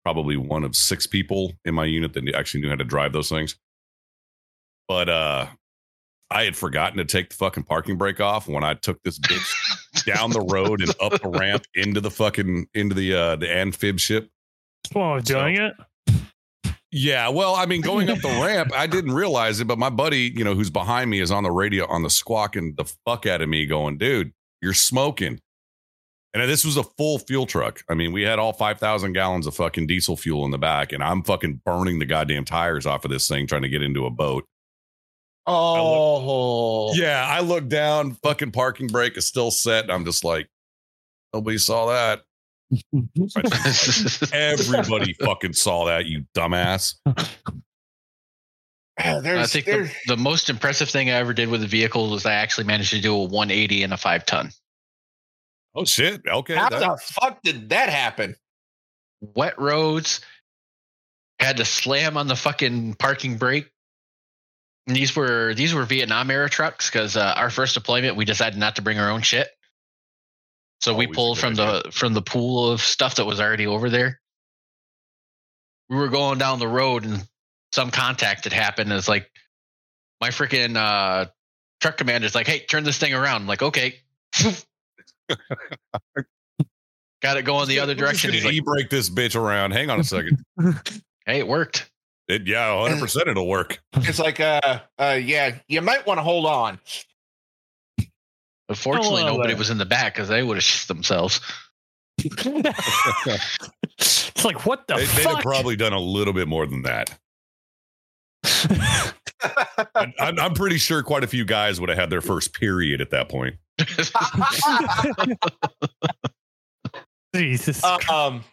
S4: probably one of six people in my unit that actually knew how to drive those things. But uh I had forgotten to take the fucking parking brake off when I took this bitch down the road and up the ramp into the fucking into the uh the amphib ship.
S2: What's wrong with doing it?
S4: Yeah, well, I mean, going up the ramp, I didn't realize it, but my buddy, you know, who's behind me is on the radio on the squawking the fuck out of me, going, dude, you're smoking. And this was a full fuel truck. I mean, we had all 5,000 gallons of fucking diesel fuel in the back, and I'm fucking burning the goddamn tires off of this thing trying to get into a boat.
S5: Oh,
S4: Yeah, I look down, fucking parking brake is still set. And I'm just like, nobody saw that. Everybody fucking saw that, you dumbass.
S5: yeah.
S3: I
S5: There's,
S3: think
S5: there's
S3: the, the most impressive thing I ever did with the vehicle was I actually managed to do a 180 and a five ton.
S4: Oh shit. Okay.
S5: how
S4: that-
S5: the fuck did that happen?
S3: Wet roads, had to slam on the fucking parking brake. And these were these were Vietnam era trucks because uh, our first deployment we decided not to bring our own shit, so we
S4: Always a
S3: pulled
S4: good
S3: from the from the pool of stuff that was already over there. We were going down the road and some contact had happened. It's like my freaking uh, truck commander's like, "Hey, turn this thing around." I'm like, "Okay." Got it going the other
S4: We're just
S3: direction. He's
S4: gonna
S3: like,
S4: e-brake this bitch around. Hang on a second.
S3: hey, it worked.
S4: It, yeah, 100 percent it'll work.
S5: It's like, uh, uh, yeah, you might want to hold on.
S3: Unfortunately,
S2: Hello
S3: nobody
S2: there.
S3: was in the back because they would have shit themselves.
S2: it's like what the
S4: They, they'd have
S2: fuck?
S4: probably done a little bit more than that. I, I'm, I'm pretty sure quite a few guys would have had their first period at that point.
S2: Jesus.
S5: Uh, um,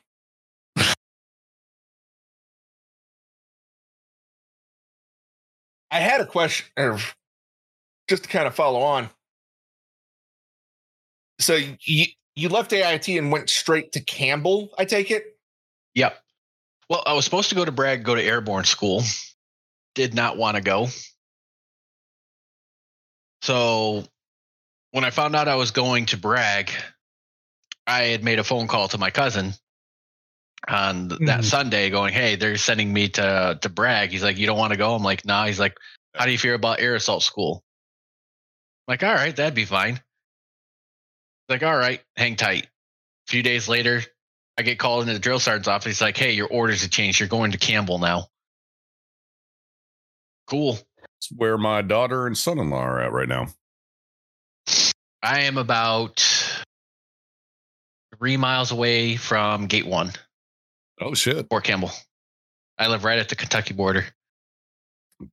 S5: I had a question, or just to kind of follow on. So you you left AIT and went straight to Campbell, I take it.
S3: yep. Well, I was supposed to go to Bragg, go to airborne school. Did not want to go. So when I found out I was going to Bragg, I had made a phone call to my cousin on th- that
S2: Mhm.
S3: Sunday going, Hey, they're sending me to, to Bragg. He's like, You don't want to go? I'm like, Nah. He's like, How do you feel about air assault school? I'm like, all right, that'd be fine. Like, all right, hang tight. A few days later, I get called into the drill sergeant's office. He's like, hey, your orders have changed. You're going to Campbell now. Cool.
S4: It's where my daughter and son-in-law are at right now.
S3: I am about three miles away from Gate One,
S4: Oh shit.
S3: Fort Campbell. I live right at the Kentucky border.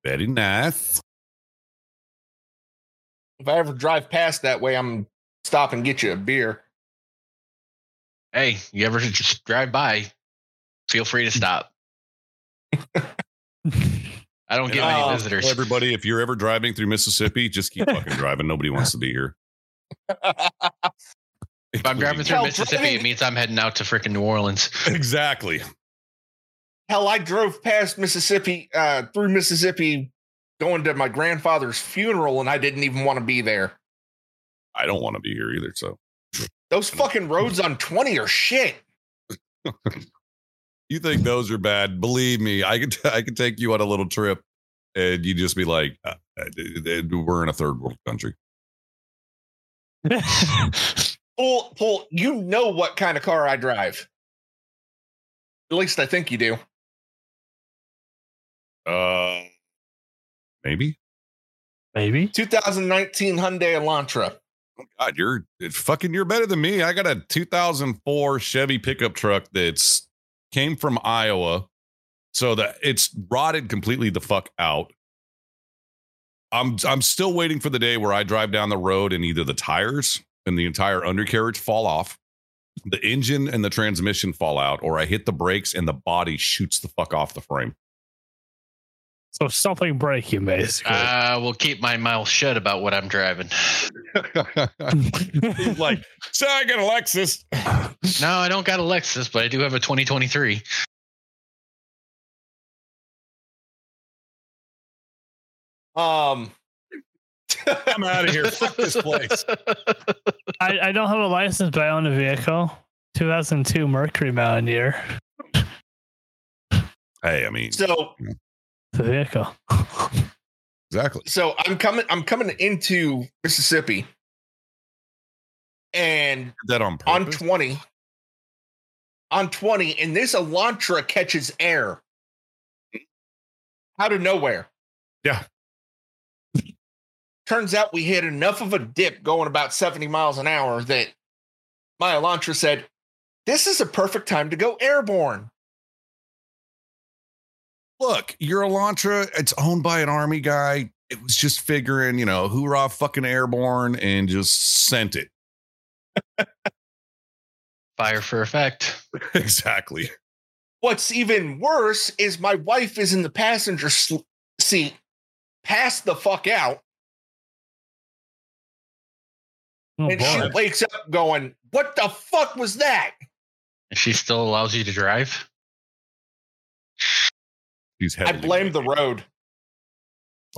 S4: Very nice.
S5: If I ever drive past that way, I'm stop and get you a beer.
S3: Hey, you ever just drive by? Feel free to stop. I don't get
S5: Oh,
S3: many
S4: Well,
S3: visitors.
S4: uh, everybody, if you're ever driving through Mississippi, just keep fucking driving. Nobody wants to be here.
S3: If I'm driving through
S5: Hell,
S3: Mississippi,
S5: driving-
S3: it means I'm heading out to freaking New Orleans.
S4: exactly.
S5: Hell, I drove past Mississippi, uh, through Mississippi, going to my grandfather's funeral, and I didn't even want to be there.
S4: I don't want to be here either. So
S5: Those fucking roads on 20 are shit.
S4: you think those are bad? Believe me, I could I could take you on a little trip, and you just be like, uh, uh, uh, "We're in a third world country."
S5: Pull, pull, you know what kind of car I drive. At least I think you do.
S4: Uh, maybe.
S2: Maybe.
S5: 2019 Hyundai Elantra.
S4: Oh, God, you're it, fucking. You're better than me. I got a 2004 Chevy pickup truck that's came from Iowa, so that it's rotted completely the fuck out. I'm I'm still waiting for the day where I drive down the road and either the tires and the entire undercarriage fall off, the engine and the transmission fall out, or I hit the brakes and the body shoots the fuck off the frame.
S2: So something breaking basically.
S4: Uh,
S3: I will keep my mouth shut about what I'm driving.
S4: like, so I got a Lexus.
S3: No, I don't got a Lexus, but I do have a 2023.
S5: Um,
S4: I'm out of here. Fuck this place.
S2: I, I don't have a license, but I own a vehicle. 2002 Mercury Mountaineer.
S4: Hey, I mean,
S5: so
S2: Oh, The vehicle.
S4: Exactly.
S5: So I'm coming. I'm coming into Mississippi, and
S4: Did that on
S5: on
S2: Mm-hmm.
S4: purpose.
S5: twenty, on twenty, and this Elantra catches air out of nowhere.
S4: Yeah.
S5: Turns out we hit enough of a dip going about seventy miles an hour that my Elantra said, "This is a perfect time to go airborne."
S4: Look, your Elantra, it's owned by an army guy. It was just figuring, you know, hoorah, fucking airborne, and just sent it.
S3: Fire for effect.
S4: Exactly.
S5: What's even worse is my wife is in the passenger sl- seat, passed the fuck out,
S2: Oh,
S5: and
S2: boy.
S5: she wakes up going, "What the fuck was that?"
S3: And she still allows you to drive.
S4: He's
S5: I
S4: heavily.
S5: blame the road.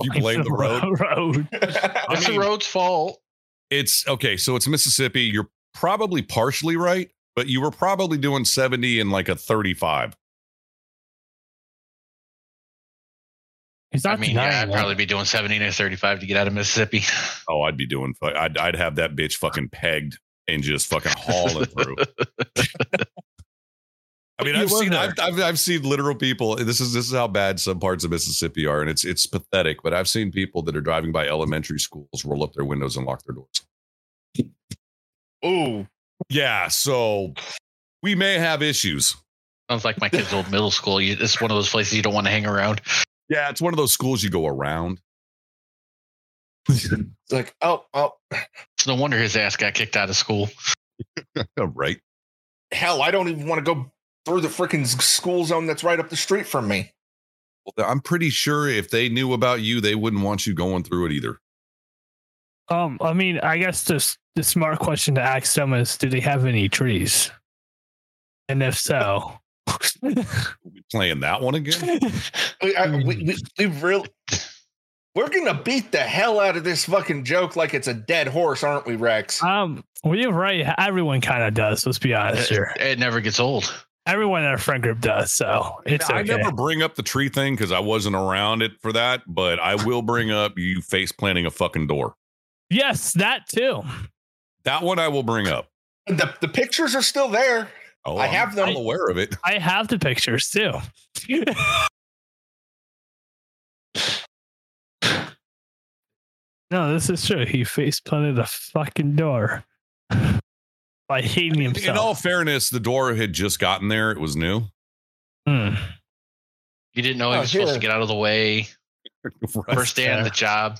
S4: you blame the road.
S2: road.
S5: I
S3: It's
S4: mean-
S3: the road's fault.
S4: It's okay. So it's Mississippi. You're probably partially right, but you were probably doing 70 and like a 35.
S2: He's
S3: I
S2: not
S3: mean, yeah,
S2: denying
S3: I'd
S2: that.
S3: probably be doing 70 to 35 to get out of Mississippi.
S4: Oh, I'd be doing. fu- I'd I'd have that bitch fucking pegged and just fucking hauling through. I mean,
S2: You
S4: I've
S2: were
S4: seen
S2: there.
S4: I've, I've I've seen literal people. This is this is how bad some parts of Mississippi are, and it's it's pathetic. But I've seen people that are driving by elementary schools roll up their windows and lock their doors.
S5: Ooh,
S4: Yeah, so we may have issues.
S3: Sounds like my kid's old middle school. You, it's one of those places you don't want to hang around.
S4: Yeah, it's one of those schools you go around.
S5: it's like, oh, oh,
S3: It's no wonder his ass got kicked out of school.
S4: right?
S5: hell, I don't even want to go through the freaking school zone that's right up the street from me.
S4: Well, I'm pretty sure if they knew about you, they wouldn't want you going through it either.
S2: Um, I mean, I guess the s- the smart question to ask them is, do they have any trees? And if so,
S4: We playing that one again?
S5: We, I, we, we, we really, we're gonna beat the hell out of this fucking joke like it's a dead horse, aren't we, Rex?
S2: um, well, you're right. Everyone kind of does. Let's be honest
S3: It,
S2: here.
S3: it never gets old.
S2: Everyone in our friend group does. So it's
S4: I
S2: okay.
S4: never bring up the tree thing because I wasn't around it for that, but I will bring up you face planting a fucking door.
S2: Yes, that too.
S4: That one I will bring up.
S5: The the pictures are still there.
S4: Oh,
S5: I
S4: I'm-
S5: have them.
S4: I'm aware of it.
S2: I have the pictures too. no, this is true. He face planted a fucking door by hating himself.
S4: In all fairness, the door had just gotten there. It was new.
S2: Hmm.
S3: You didn't know
S5: Oh,
S3: he was supposed
S5: here.
S3: to get out of the way.
S4: Right.
S3: First day on the
S2: fair.
S3: job.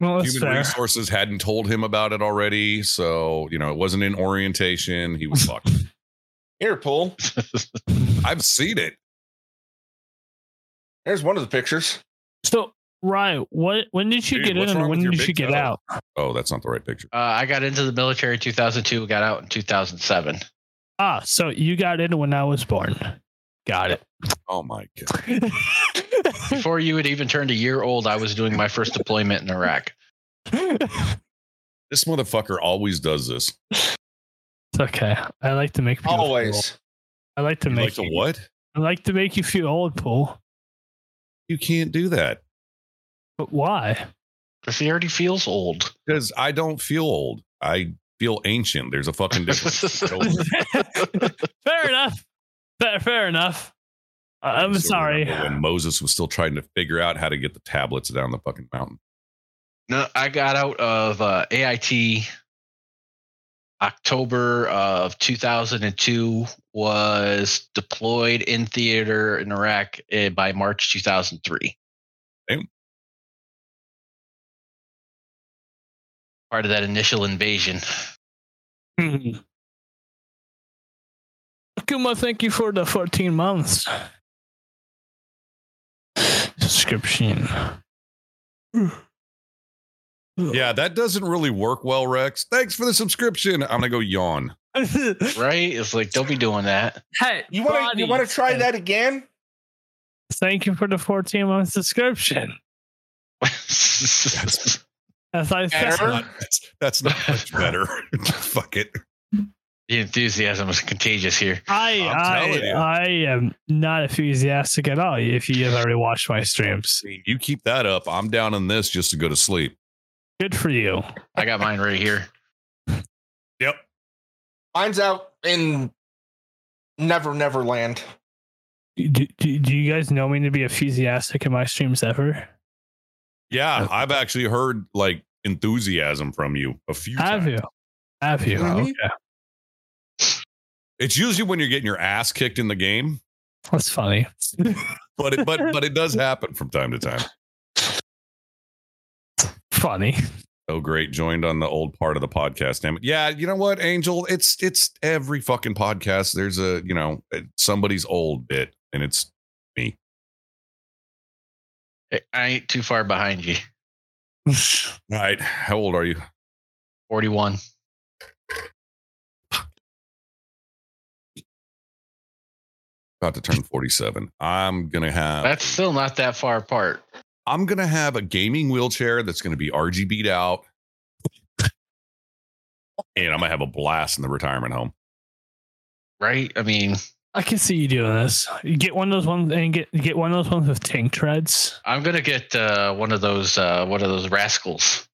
S2: Well, that's
S4: Human
S2: fair.
S4: resources hadn't told him about it already. So, you know, it wasn't in orientation. He was fucked.
S5: Here, pull.
S4: I've seen it.
S5: There's one of the pictures.
S2: So, Ryan, what? When did you
S4: Dude,
S2: get in,
S4: what's
S2: and
S4: wrong
S2: when
S4: with your
S2: did you
S4: big
S2: get
S4: toe?
S2: out?
S4: Oh, that's not the right picture.
S3: Uh, I got into the military in 2002, got out in 2007.
S2: Ah, so you got in when I was born. Got it.
S4: Oh, my God.
S3: Before you had even turned a year old, I was doing my first deployment in Iraq.
S2: it's
S4: This motherfucker always does this.
S2: okay. I like to make people feel-
S5: Always.
S2: I like to
S4: You
S2: make.
S4: Like the what?
S2: I like to make you feel old, Paul.
S4: You can't do that
S2: But why?
S3: Because he already feels old.
S4: because I don't feel old. I feel ancient. There's a fucking difference. It's over.
S2: fair enough. Fair, fair enough. I- I'm
S4: I still
S2: sorry.
S4: remember When Moses was still trying to figure out how to get the tablets down the fucking mountain.
S3: No, I got out of uh, AIT October of 2002. Was deployed in theater in Iraq eh, by March 2003.
S4: Damn.
S3: Part of that initial invasion.
S2: Hmm. Kuma, thank you for the 14 months subscription.
S4: Yeah, that doesn't really work well, Rex. Thanks for the subscription. I'm gonna go yawn.
S2: hey,
S3: Right? It's like don't be doing that.
S5: You want to you want to
S2: buddies.
S5: try that again?
S2: Thank you for the 14 month subscription. As I said,
S5: Error?
S4: That's, that's not much better. Fuck it.
S3: The enthusiasm is contagious here.
S2: I
S4: I'm telling
S2: I,
S4: you.
S2: I am not enthusiastic at all. If you have already watched my streams,
S4: See, you keep that up. I'm down on this just to go to sleep.
S2: good for you.
S3: I got mine right here.
S4: Yep.
S5: Mine's out in Never Never Land.
S2: Do, do, do you guys know me to be enthusiastic in my streams ever?
S4: Yeah, I've actually heard like enthusiasm from you a few
S2: Have
S4: times.
S2: you? Have you?
S4: Mhm.
S2: Okay,
S4: It's usually when you're getting your ass kicked in the game,
S2: that's funny.
S4: but it, but but it does happen from time to time.
S2: Funny.
S4: Oh, great! Joined on the old part of the podcast. Damn it! Yeah, you know what, Angel? It's it's every fucking podcast. There's a you know uh, somebody's old bit, and it's
S3: I ain't too far behind you.
S4: all right. How old are you?
S3: 41.
S4: About to turn forty-seven. I'm gonna have
S3: That's still not that far apart.
S4: I'm gonna have a gaming wheelchair that's gonna be RGB'd out, and I'm gonna have a blast in the retirement home.
S3: Right? I mean,
S2: I can see you doing this. You get one of those ones and get get one of those ones with tank treads.
S3: I'm gonna get uh, one of those uh, one of those rascals.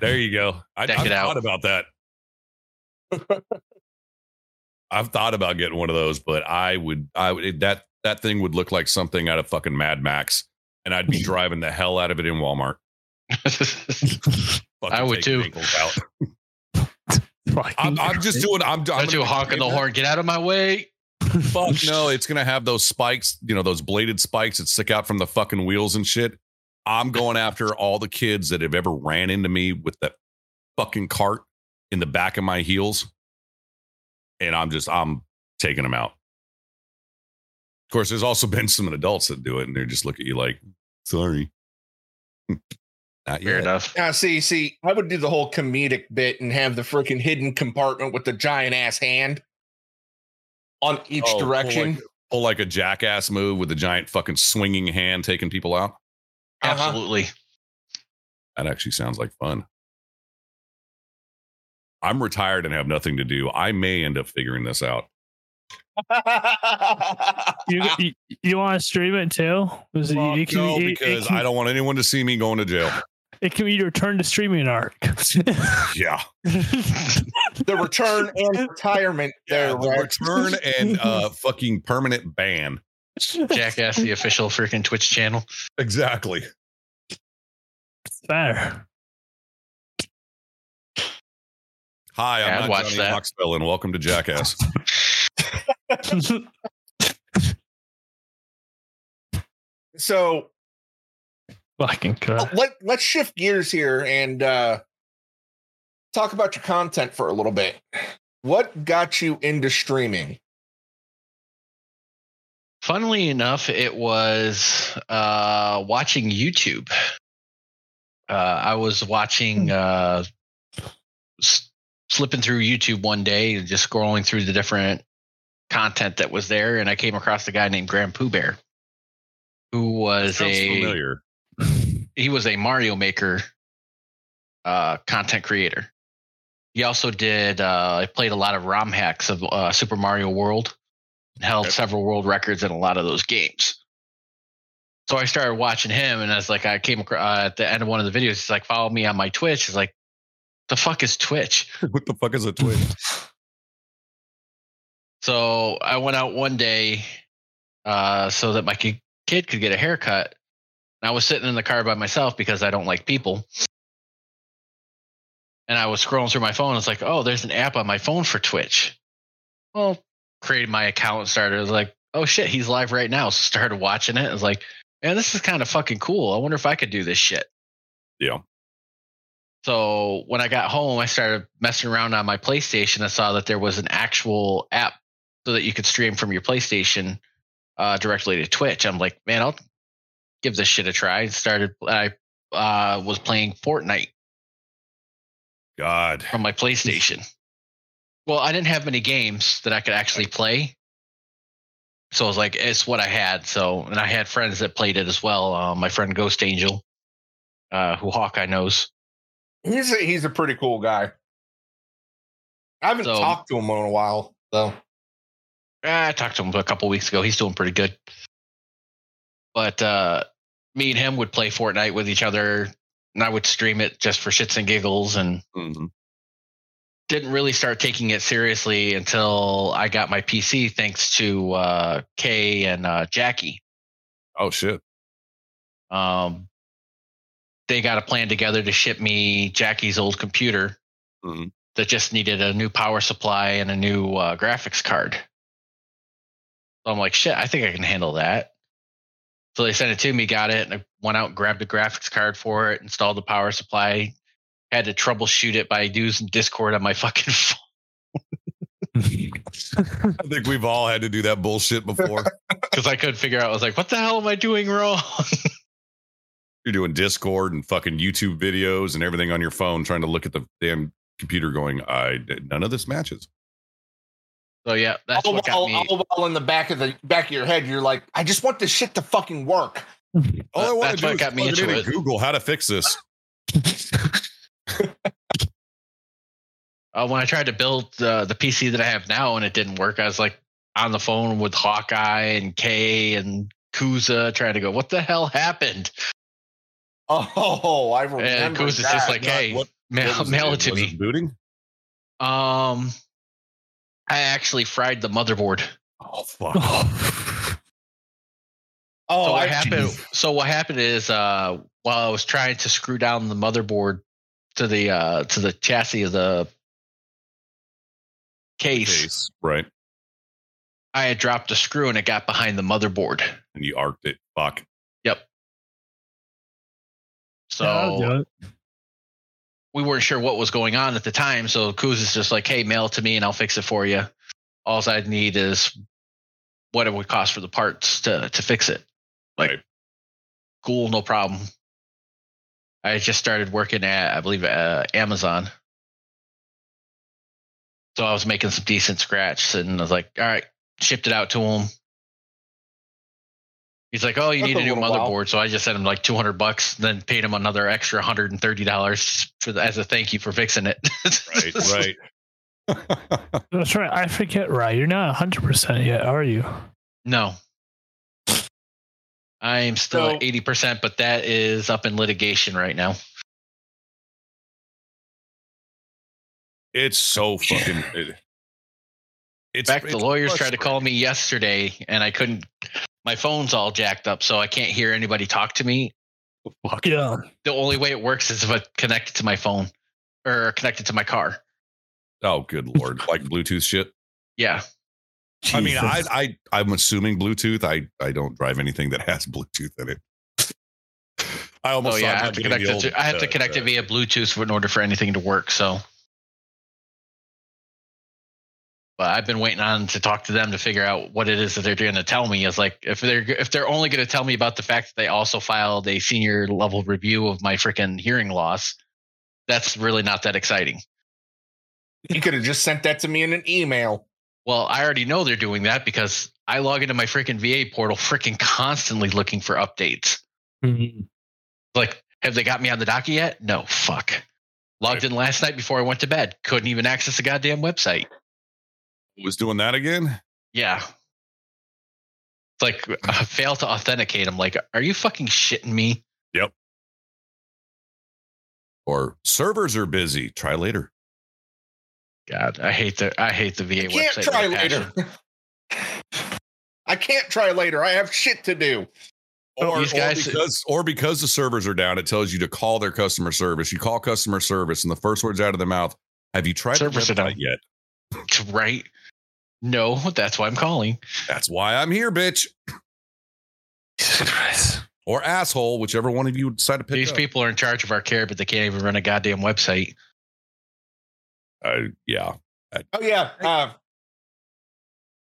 S4: There you go. I, I've
S3: Deck
S4: thought
S3: it out.
S4: about that. I've thought about getting one of those, but I would, I would it- that that thing would look like something out of fucking Mad Max, and I'd be driving the hell out of it in Walmart.
S3: Don't
S4: Fucking
S3: I would
S4: take your
S3: too.
S4: ankles out.
S2: Fucking-
S4: I'm, I'm just doing. I'm. I'm
S3: you honk in the horn? Get out of my way!
S4: Fuck no! It's gonna have those spikes. You know those bladed spikes that stick out from the fucking wheels and shit. I'm going after all the kids that have ever ran into me with that fucking cart in the back of my heels, and I'm just I'm taking them out. Of course, there's also been some adults that do it, and they just look at you like, "Sorry." Not
S3: Fair
S4: yet.
S3: enough.
S5: Now, Ah, see, see, I would do the whole comedic bit and have the freaking hidden compartment with the giant ass hand on each
S4: Oh, pull
S5: direction.
S4: like- Pull like a jackass move with a giant fucking swinging hand taking people out.
S5: Uh-huh.
S3: Absolutely.
S4: That actually sounds like fun. I'm retired and have nothing to do. I may end up figuring this out.
S2: you, you, want to stream it too? Because it- it can-
S4: no,
S2: it- it
S4: because
S2: can-
S4: I don't want anyone to see me going to jail.
S2: It can be your turn to streaming arc.
S4: Yeah.
S5: the return and retirement
S4: Yeah.
S5: there,
S4: The
S5: Rex.
S4: return and uh fucking permanent ban.
S3: Jackass, the official freaking Twitch channel.
S4: Exactly.
S2: Fair.
S4: Hi,
S3: Yeah, I'd
S4: I'm not
S3: watch
S4: Johnny
S3: that.
S4: Knoxville and welcome to Jackass.
S5: So
S2: Fucking
S4: Uh.
S2: crap.
S5: let let's shift gears here and uh talk about your content for a little bit. What got you into streaming?
S3: Funnily enough, it was uh, watching YouTube. Uh, I was watching, uh, s- slipping through YouTube one day and just scrolling through the different content that was there, and I came across a guy named Graham Pooh Bear, who was
S4: Sounds
S3: a
S4: familiar.
S3: he was a Mario Maker uh, content creator. He also did. Uh, I played a lot of ROM hacks of uh, Super Mario World, and held
S4: Okay.
S3: several world records in a lot of those games. So I started watching him, and I was like, I came across uh, at the end of one of the videos. He's like, "Follow me on my Twitch." He's like, "The fuck is Twitch?"
S4: What the fuck is a twitch?
S3: So I went out one day uh, so that my ki- kid could get a haircut. And I was sitting in the car by myself because I don't like people. And I was scrolling through my phone. It's like, oh, there's an app on my phone for Twitch. Well, created my account and started. I was like, oh shit, he's live right now. So started watching it. I was like, man, this is kind of fucking cool. I wonder if I could do this shit.
S4: Yeah.
S3: So when I got home, I started messing around on my PlayStation. I saw that there was an actual app so that you could stream from your PlayStation uh, directly to Twitch. I'm like, man, I'll give this shit a try. And started. I uh, was playing Fortnite
S4: God.
S3: from my PlayStation. Well, I didn't have many games that I could actually play. So I was like, it's what I had. So, and I had friends that played it as well. Uh, my friend Ghost Angel, uh, who Hawkeye knows.
S5: He's a, he's a pretty cool guy. I haven't
S3: So-
S5: talked to him in a while, though.
S3: Eh, I talked to him a couple weeks ago. He's doing pretty good. But uh, me and him would play Fortnite with each other, and I would stream it just for shits and giggles, and
S4: Mm-hmm.
S3: didn't really start taking it seriously until I got my PC, thanks to uh, Kay and uh, Jackie.
S4: Oh shit.
S3: Um, they got a plan together to ship me Jackie's old computer
S4: Mhm.
S3: that just needed a new power supply and a new uh, graphics card. So I'm like, shit, I think I can handle that. So they sent it to me, got it, and I went out and grabbed a graphics card for it, installed the power supply, had to troubleshoot it by using Discord on my fucking phone.
S4: I think we've all had to do that bullshit before.
S3: because I couldn't figure out. I was like, "What the hell am I doing wrong?"
S4: You're doing Discord and fucking YouTube videos and everything on your phone, trying to look at the damn computer, going, "I none of this matches."
S3: So yeah, that's
S5: all,
S3: what got
S5: while,
S3: me.
S5: all while in the back of the back of your head, you're like, I just want this shit to fucking work.
S4: All I
S3: That-
S4: want
S3: that's
S4: to do
S3: what
S4: is
S3: got me
S4: plug it in
S3: into
S4: and
S3: it.
S4: Google how to fix this.
S3: Uh, when I tried to build uh, the PC that I have now and it didn't work, I was like on the phone with Hawkeye and Kay and Kuza trying to go, "What the hell happened?"
S5: Oh, I remember.
S3: And Kuza's
S5: that.
S3: just like,
S4: God,
S3: "Hey,
S4: what- What
S3: mail,
S4: was
S3: mail
S4: it?
S3: it to
S4: Was
S3: me."
S4: booting.
S3: Um, I actually fried the motherboard.
S4: Oh fuck.
S2: Oh.
S5: oh,
S3: so
S5: I
S3: what happened? So what happened is, uh, while I was trying to screw down the motherboard to the uh, to the chassis of the case,
S4: Case, Right.
S3: I had dropped a screw and it got behind the motherboard.
S4: And you arced it. Fuck.
S2: I'll
S3: So
S2: do it.
S3: we weren't sure what was going on at the time. So Kuz is just like, "Hey, mail it to me and I'll fix it for you. All I need is what it would cost for the parts to to fix it." Like,
S4: Right.
S3: cool, no problem. I just started working at, I believe, uh, Amazon. So I was making some decent scratch, and I was like, "All right," shipped it out to him. He's like, "Oh, you
S5: That's
S3: need
S5: a
S3: a new
S5: little while.
S3: motherboard," so I just sent him like two hundred bucks, then paid him another extra hundred and thirty dollars for the, as a thank you for fixing it.
S4: Right. Right.
S2: That's right. I forget, Rye. You're not 100% yet, are you?
S3: No. I am still
S5: So-
S3: at 80%, but that is up in litigation right now.
S4: It's so fucking. it- it's
S3: In fact, the
S4: it's
S3: lawyers tried to call me yesterday and I couldn't, my phone's all jacked up, so I can't hear anybody talk to me.
S2: Yeah.
S3: The only way it works is if I connect it to my phone or connect it to my car.
S4: Oh, good lord! Like Bluetooth shit.
S3: Yeah.
S4: I mean, I, I, I'm assuming Bluetooth. I, I don't drive anything that has Bluetooth in it. I
S3: Oh,
S4: almost.
S3: yeah.
S4: thought
S3: I
S4: about
S3: have to
S4: getting
S3: connect
S4: the
S3: it
S4: old,
S3: to, I have to
S4: uh,
S3: connect it
S4: uh,
S3: via Bluetooth in order for anything to work. So, but I've been waiting on to talk to them to figure out what it is that they're going to tell me. Is like if they're if they're only going to tell me about the fact that they also filed a senior level review of my freaking hearing loss, that's really not that exciting.
S5: you could have just sent that to me in an email.
S3: Well, I already know they're doing that because I log into my freaking VA portal freaking constantly looking for updates.
S4: Mm-hmm.
S3: like, have they got me on the docket yet? No, fuck. Logged in last night before I went to bed. Couldn't even access the goddamn website.
S4: Was doing that again?
S3: Yeah. It's like, I fail to authenticate. I'm like, are you fucking shitting me?
S4: Or servers are busy. Try later.
S3: God, I hate the I hate the VA
S5: I can't
S3: website.
S5: try
S3: with a passion.
S5: later. I can't try later. I have shit to do.
S4: Or,
S3: Oh, These
S4: or
S3: guys-
S4: because or because the servers are down, it tells you to call their customer service. You call customer service, and the first words out of their mouth: "Have you tried the
S3: Servers are down.
S4: website yet?"
S3: Right? No, that's why I'm calling.
S4: That's why I'm here, bitch. Or asshole, whichever one of you decide to pick
S3: These
S4: up.
S3: people are in charge of our care, but they can't even run a goddamn website.
S4: Uh, yeah.
S5: Oh yeah. Uh,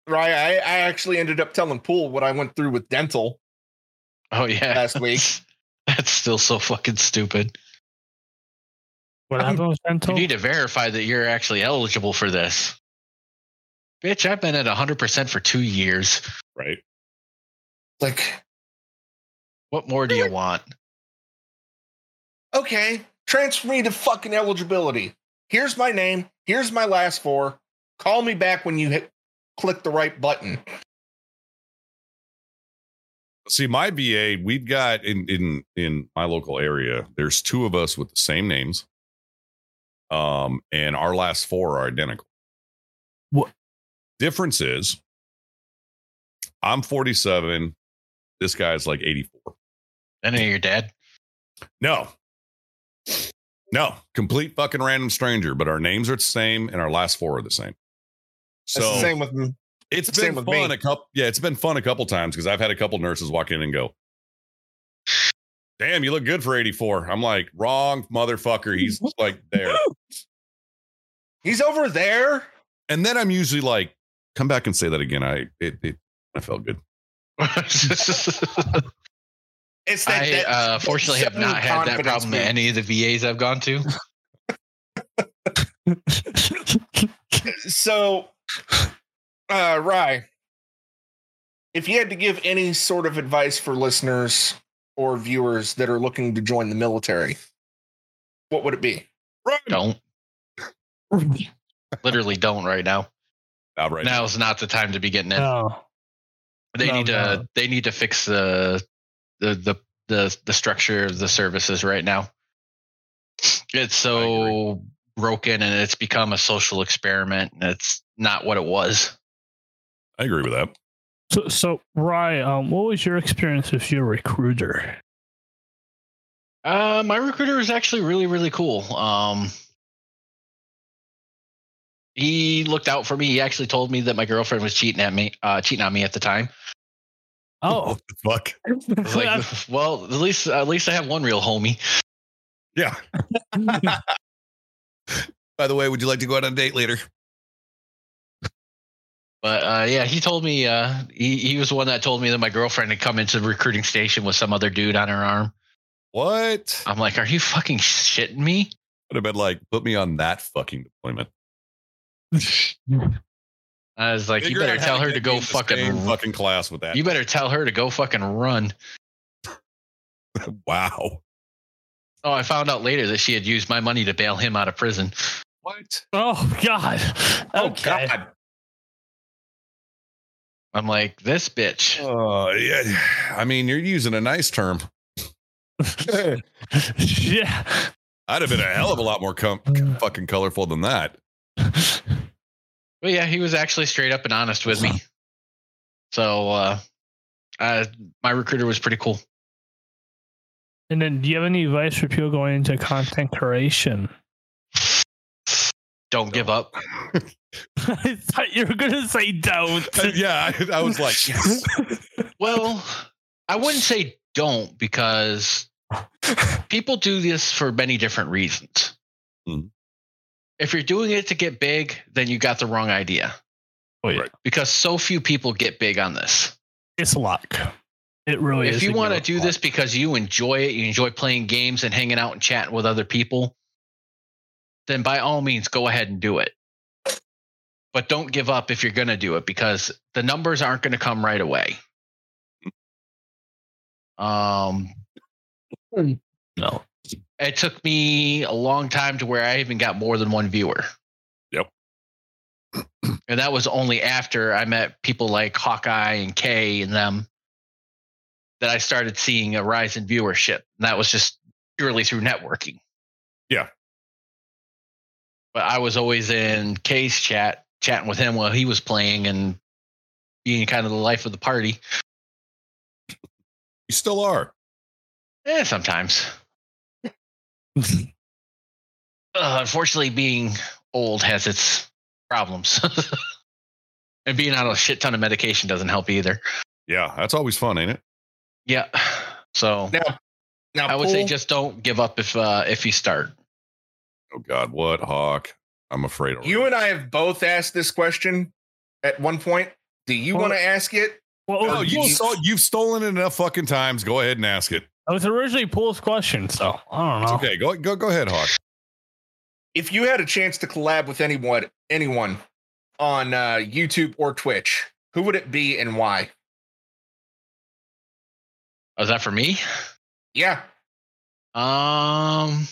S5: right. I, I actually ended up telling Pool what I went through with dental.
S3: Oh yeah.
S5: Last week.
S3: that's still so fucking stupid.
S2: What happened was
S3: You
S2: dental?
S3: need to verify that you're actually eligible for this. Bitch, I've been at 100% for two years.
S4: Right.
S5: Like,
S3: What more do you want?
S5: okay, transfer me to fucking eligibility. Here's my name. Here's my last four. Call me back when you hit, click the right button.
S4: See, my VA, we've got in in in my local area. There's two of us with the same names, um, and our last four are identical.
S2: What?
S4: difference is? I'm 47. This guy's like 84.
S3: I know your dad.
S4: No, no, complete fucking random stranger. But our names are the same, and our last four are the same.
S5: That's the same with me.
S4: It's
S5: Same
S4: been
S5: with
S4: fun
S5: me.
S4: a couple. Yeah, it's been fun a couple times because I've had a couple nurses walk in and go, "Damn, you look good for 84." I'm like, "Wrong, motherfucker." He's like there,
S5: He's over there.
S4: and then I'm usually like, "Come back and say that again." I it, it I felt good.
S3: I
S5: It's that. that-
S3: uh, fortunately have not had that problem at any of the VAs I've gone to.
S5: so, uh, Rye, if you had to give any sort of advice for listeners or viewers that are looking to join the military, what would it be?
S3: Don't literally don't right now.
S4: Not right
S3: Now is not the time to be getting in.
S2: no.
S3: they
S2: No,
S3: need to
S2: no.
S3: they need to fix the the the the, the structure of the services right now it's so broken and it's become a social experiment and it's not what it was
S4: I agree with that.
S2: So, so Rye, um, what was your experience with your recruiter?
S3: uh my recruiter was actually really really cool um he looked out for me he actually told me that my girlfriend was cheating at me uh cheating on me at the time
S2: Oh,
S4: the fuck.
S3: I was like well at least at least i have one real homie
S4: Yeah. By the way, would you like to go out on a date later?
S3: But uh, yeah, he told me uh, he he was the one that told me that my girlfriend had come into the recruiting station with some other dude on her arm.
S4: What?
S3: I'm like, are you fucking shitting me?
S4: I'd have been like, put me on that fucking deployment.
S3: I was like, you
S4: Figure
S3: better
S4: out how
S3: tell her
S4: get
S3: to
S4: me
S3: go
S4: in the same
S3: fucking.
S4: fucking class with that.
S3: You better tell her to go fucking run.
S4: wow.
S3: Oh, I found out later that she had used my money to bail him out of prison.
S4: What?
S2: oh God.
S3: Oh,
S2: Okay.
S3: I'm like, this bitch.
S4: Uh, yeah. I mean, you're using a nice term.
S2: yeah.
S4: I'd have been a hell of a lot more com- fucking colorful than that.
S3: But yeah, he was actually straight up and honest with me. So uh, uh, my recruiter was pretty cool.
S2: And then, do you have any advice for people going into content creation?
S3: Don't give up.
S2: I thought you were gonna say don't.
S4: Uh, yeah, I, I was like, yes.
S3: Well, I wouldn't say don't because people do this for many different reasons.
S4: Mhm.
S3: If you're doing it to get big, then you got the wrong idea
S2: Oh, yeah.
S3: because so few people get big on this.
S2: It's luck. It really is.
S3: if you
S2: a
S3: want to
S2: game of
S3: do
S2: luck.
S3: this because you enjoy it, you enjoy playing games and hanging out and chatting with other people, then by all means, go ahead and do it. But don't give up if you're going to do it because the numbers aren't going to come right away. Um,
S2: no.
S3: it took me a long time to where I even got more than one viewer.
S4: Yep.
S3: And that was only after I met people like Hawkeye and Kay and them that I started seeing a rise in viewership. And that was just purely through networking.
S4: Yeah.
S3: But I was always in Kay's chat, chatting with him while he was playing and being kind of the life of the party.
S4: you still are.
S3: Eh, sometimes. uh, unfortunately, being old has its problems. and being on a shit ton of medication doesn't help either.
S4: Yeah, that's always fun, ain't it?
S3: Yeah. So
S5: Now, now
S3: I would say
S5: pull-
S3: just don't give up if uh, if you start.
S4: Oh God, what hawk? I'm afraid. already.
S5: you and I have both asked this question at one point. Do you
S2: Well-
S5: want to ask it?
S2: Well,
S4: No,
S2: it
S4: you
S2: was,
S4: stole, Oh, you've stolen it enough fucking times. Go ahead and ask it.
S2: it was originally Paul's question, so I don't
S4: It's
S5: Uh-huh.
S2: know.
S4: okay. Go go go ahead, Hawk.
S5: If you had a chance to collab with anyone, anyone on uh, YouTube or Twitch, who would it be and why?
S3: Oh, is that for me?
S5: Yeah,
S3: Um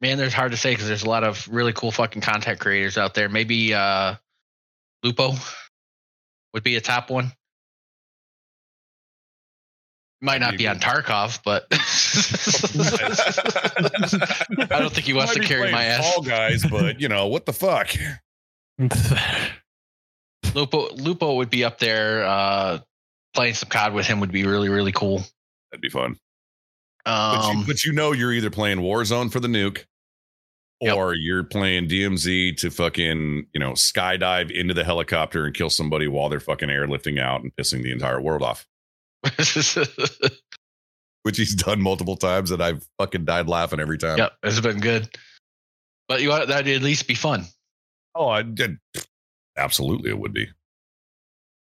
S3: man, there's hard to say because there's a lot of really cool fucking content creators out there. Maybe uh, Lupo would be a top one. Might not be on Tarkov, but I don't think he wants
S4: Might
S3: to
S4: be
S3: carry
S4: playing
S3: my ass.
S4: Fall guys, but you know what the fuck?
S3: Lupo Lupo would be up there. Uh, playing some COD with him would be really really cool.
S4: That'd be fun. But,
S3: Um,
S4: you, but you know, you're either playing Warzone for the nuke,
S3: Yep.
S4: or you're playing DMZ to fucking you know skydive into the helicopter and kill somebody while they're fucking airlifting out and pissing the entire world off, which he's done multiple times, and I've fucking died laughing every time.
S3: yep, it's been good. But you ought- that'd at least be fun.
S4: Oh, I did. Absolutely, it would be.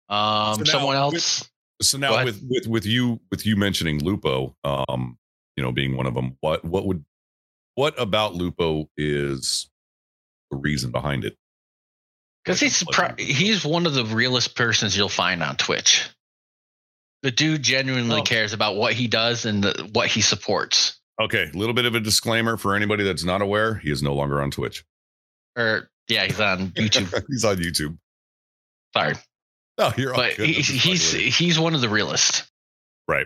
S3: Um,
S4: So now
S3: someone
S4: with-
S3: else.
S4: So
S3: Go
S4: now
S3: ahead.
S4: with with with you with you mentioning Lupo, um, you know, being one of them, what what would what about Lupo is the reason behind it?
S3: Because
S4: Like,
S3: he's
S4: like-
S3: pro- he's one of the realest persons you'll find on Twitch. The dude genuinely
S4: Oh.
S3: cares about what he does and the, what he supports.
S4: Okay, a little bit of a disclaimer for anybody that's not aware, he is no longer on Twitch.
S3: Or yeah, he's on YouTube.
S4: he's on YouTube. Oh,
S3: Sorry,
S4: No, you're all
S3: but
S4: good.
S3: he,
S4: This is fine.
S3: he's he's one of the realest.
S4: Right.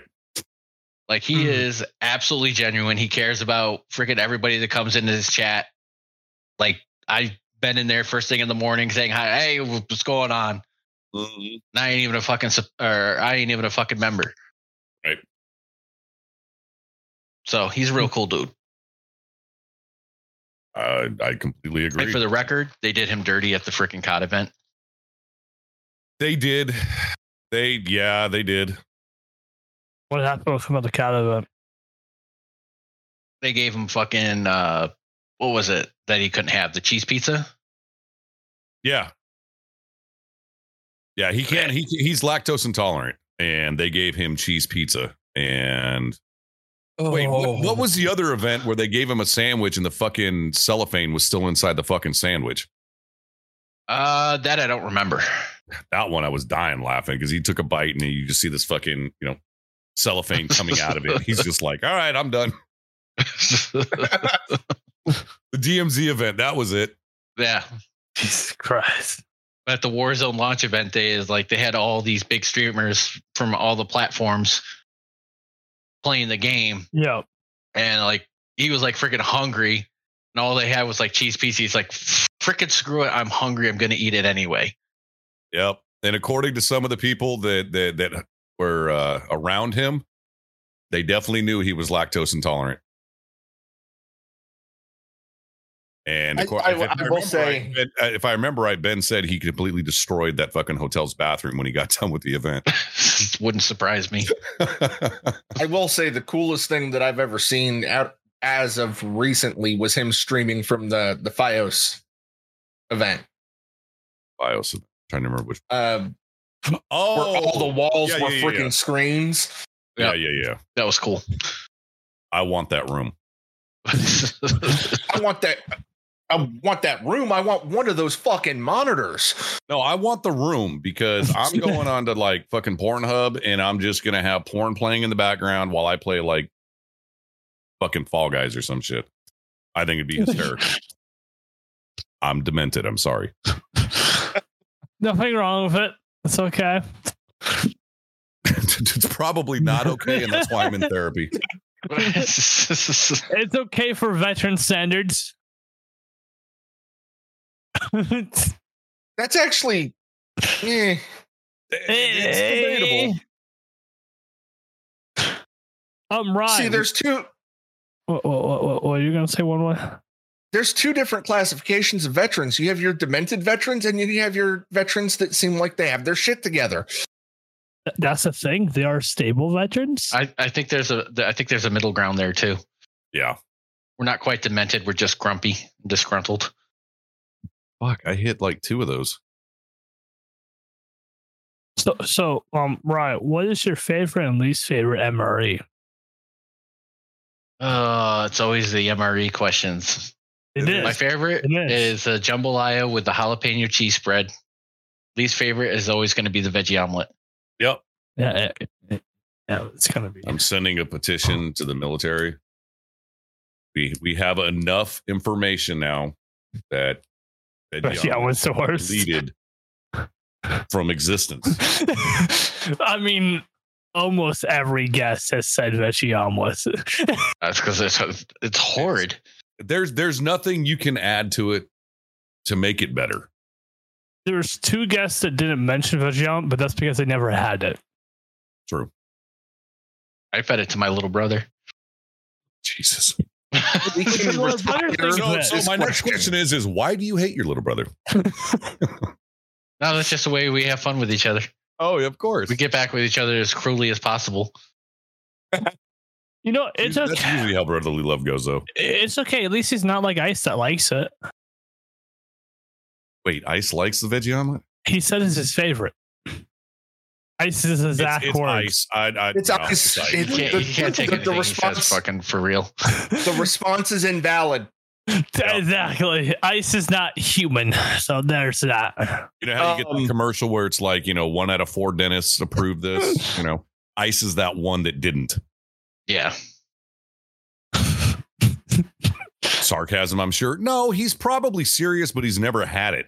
S3: Like he
S4: Hmm.
S2: Mhm.
S3: is absolutely genuine. He cares about freaking everybody that comes into his chat. Like I've been in there first thing in the morning saying hi. Hey, what's going on? And I ain't even a fucking sup- or I ain't even a fucking member.
S4: Right.
S3: So he's a real cool dude.
S4: uh, I completely agree.
S3: Like for the record, they did him dirty at the freaking COD event.
S4: they did. They yeah, they did.
S2: What happened with him at the cat event?
S3: They gave him fucking uh what was it that he couldn't have? The cheese pizza?
S4: Yeah. Yeah, he can't. He he's lactose intolerant, and they gave him cheese pizza. And wait,
S2: Oh.
S4: what,
S3: Oh.
S4: what was the other event where they gave him a sandwich and the fucking cellophane was still inside the fucking sandwich?
S3: Uh that I don't remember.
S4: That one I was dying laughing because he took a bite and you just see this fucking you know cellophane coming out of it. He's just like, all right, I'm done. The DMZ event, that was it.
S3: yeah.
S2: Jesus Christ.
S3: At the Warzone launch event day is like they had all these big streamers from all the platforms playing the game
S2: Yeah.
S3: and like he was like freaking hungry and all they had was like cheese pizza. He's like freaking screw it, I'm hungry, I'm gonna eat it anyway.
S4: Yep. And according to some of the people that that that were uh, around him, they definitely knew he was lactose intolerant. And
S5: I-
S4: acor-
S5: I-
S4: if
S5: I will
S4: remember
S5: say-
S4: right, Ben- uh, if I remember right, Ben said he completely destroyed that fucking hotel's bathroom when he got done with the event.
S3: Wouldn't surprise me.
S5: I will say the coolest thing that I've ever seen out as of recently was him streaming from the the FiOS event.
S4: BIOS. I'm trying to remember which.
S5: Um,
S4: Oh,
S5: where all the walls
S4: yeah,
S5: were
S4: yeah, yeah,
S5: freaking
S4: yeah.
S5: screens.
S4: yeah, yeah, yeah.
S3: That was cool.
S4: I want that room.
S5: I want that. I want that room. I want one of those fucking monitors.
S4: No, I want the room because I'm going on to like fucking Pornhub and I'm just gonna have porn playing in the background while I play like fucking Fall Guys or some shit. I think it'd be hysterical. I'm demented. I'm sorry.
S2: Nothing wrong with it. It's okay.
S4: it's probably not okay, and that's why I'm in therapy.
S2: It's okay for veteran standards. it's
S5: That's actually. eh.
S4: It's
S3: eh,
S4: debatable.
S2: I'm right.
S5: See, there's two.
S2: What, what, what, what, what are you going to say one way?
S5: There's two different classifications of veterans. You have your demented veterans, and you have your veterans that seem like they have their shit together.
S2: Th- That's the thing. They are stable veterans.
S3: I, I think there's a I think there's a middle ground there too.
S4: Yeah.
S3: We're not quite demented, we're just grumpy, disgruntled.
S4: Fuck. I hit like two of those.
S2: so, so, um, right. What is your favorite and least favorite E? MRE?
S3: Uh it's always the MRE questions.
S2: It
S3: My
S2: is.
S3: favorite
S2: It
S3: is a jambalaya with the jalapeno cheese spread. Least favorite is always going to be the veggie omelet.
S4: Yep.
S2: Yeah, it- it- yeah, it's going to be.
S4: I'm sending a petition to the military we we have enough information now that, that
S2: But yeah,
S4: Giannis
S2: what's the worst?
S4: deleted from existence.
S2: I mean, almost every guest has said Veciamus.
S3: That's because it's it's horrid.
S4: There's there's nothing you can add to it to make it better.
S2: There's two guests that didn't mention Veciamus, but that's because they never had it.
S4: True.
S3: I fed it to my little brother.
S4: Jesus.
S5: We
S2: Well,
S5: can
S2: the better thing
S5: retire
S4: So,
S2: is
S4: so
S5: this
S4: my next question is is why do you hate your little brother?
S3: No, that's just the way we have fun with each other.
S4: Oh, of course.
S3: We get back with each other as cruelly as possible.
S2: You know, it's
S4: That's
S2: okay.
S4: usually how brotherly love goes, though.
S2: It's okay. At least he's not like Ice that likes it.
S4: Wait, Ice likes the veggie omelet.
S2: He said it's his favorite. Ice is a Zach
S4: it's, it's
S2: word.
S4: ice. I, I,
S5: It's
S4: no,
S5: ice.
S4: ice.
S3: You
S5: It-
S3: can't,
S5: the-
S3: you can't take
S5: the- the
S3: anything he
S5: response-
S3: says fucking for real.
S5: The response is invalid.
S2: Exactly. Ice is not human, so there's that.
S4: You know how you get the
S5: Um,
S4: commercial where it's like, you know, one out of four dentists approved this. You know, ice is that one that didn't.
S3: Yeah.
S4: Sarcasm, I'm sure. No, he's probably serious, but he's never had it.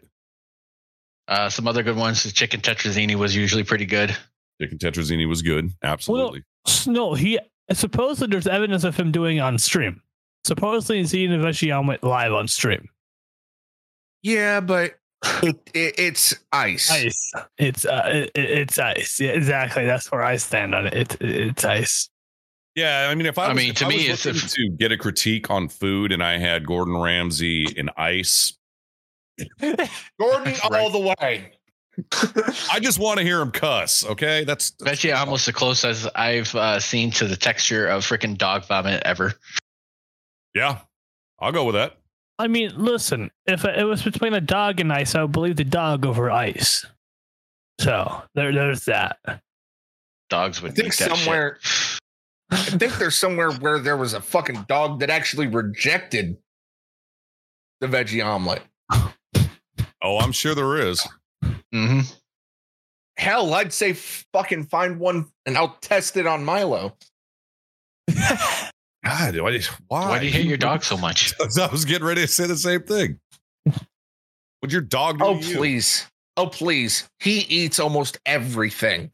S3: Uh, some other good ones. The chicken tetrazzini was usually pretty good.
S4: Chicken tetrazzini was good. Absolutely.
S2: No, he supposedly there's evidence of him doing it on stream. Supposedly he's eating Veshiyama live on stream.
S5: Yeah, but it, it it's ice.
S2: Ice. It's uh, it, it- it's ice. Yeah, exactly. That's where I stand on it. It, it's ice.
S4: yeah. I mean, if I,
S3: I
S4: was-
S3: mean,
S4: if
S3: to me,
S4: was
S3: it's
S4: looking
S3: if-
S4: to get a critique on food and I had Gordon Ramsay and ice,
S5: Gordon all
S3: Right.
S5: the way.
S4: I just want to hear him cuss. Okay. That's, that's
S3: Veggie almost the closest I've uh, seen to the texture of freaking dog vomit ever.
S4: yeah. I'll go with that.
S2: I mean, listen, if it was between a dog and ice, I would believe the dog over ice. So there, there's that.
S3: Dogs
S5: I
S3: would
S5: think
S3: think that somewhere.
S5: somewhere I think there's somewhere where there was a fucking dog that actually rejected the veggie omelet.
S4: Oh, I'm sure there is.
S3: hmm
S5: Hell, I'd say fucking find one and I'll test it on Milo.
S4: God, why?
S5: Ah,
S3: Why do you hate your dog so much?
S4: I was getting ready to say the same thing. Would your dog? do
S5: Oh,
S4: to you?
S5: please. Oh, please. He eats almost everything.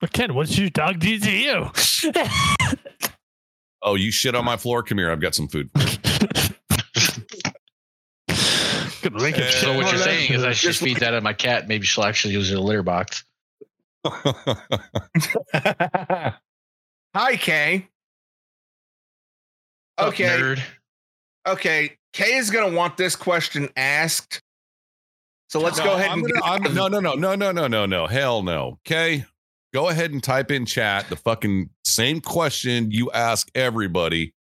S2: But Ken, what did your dog do to you?
S4: Oh, you shit on my floor. Come here. I've got some food.
S2: Good link of
S4: Yeah.
S2: shit.
S3: So what
S5: Oh,
S3: you're
S5: that-
S3: saying is I should
S5: just-
S3: feed that at my cat. Maybe she'll actually use it as a litter box.
S5: Hi, Kay.
S3: Fuck
S5: Okay.
S3: Nerd.
S5: Okay. Kay is going to want this question asked. So let's
S4: No,
S5: go ahead
S4: I'm
S5: and.
S4: gonna-
S5: get-
S4: I'm- no, no, no, no, no, no, no, no. Hell no. Okay. Go ahead and type in chat the fucking same question you ask everybody.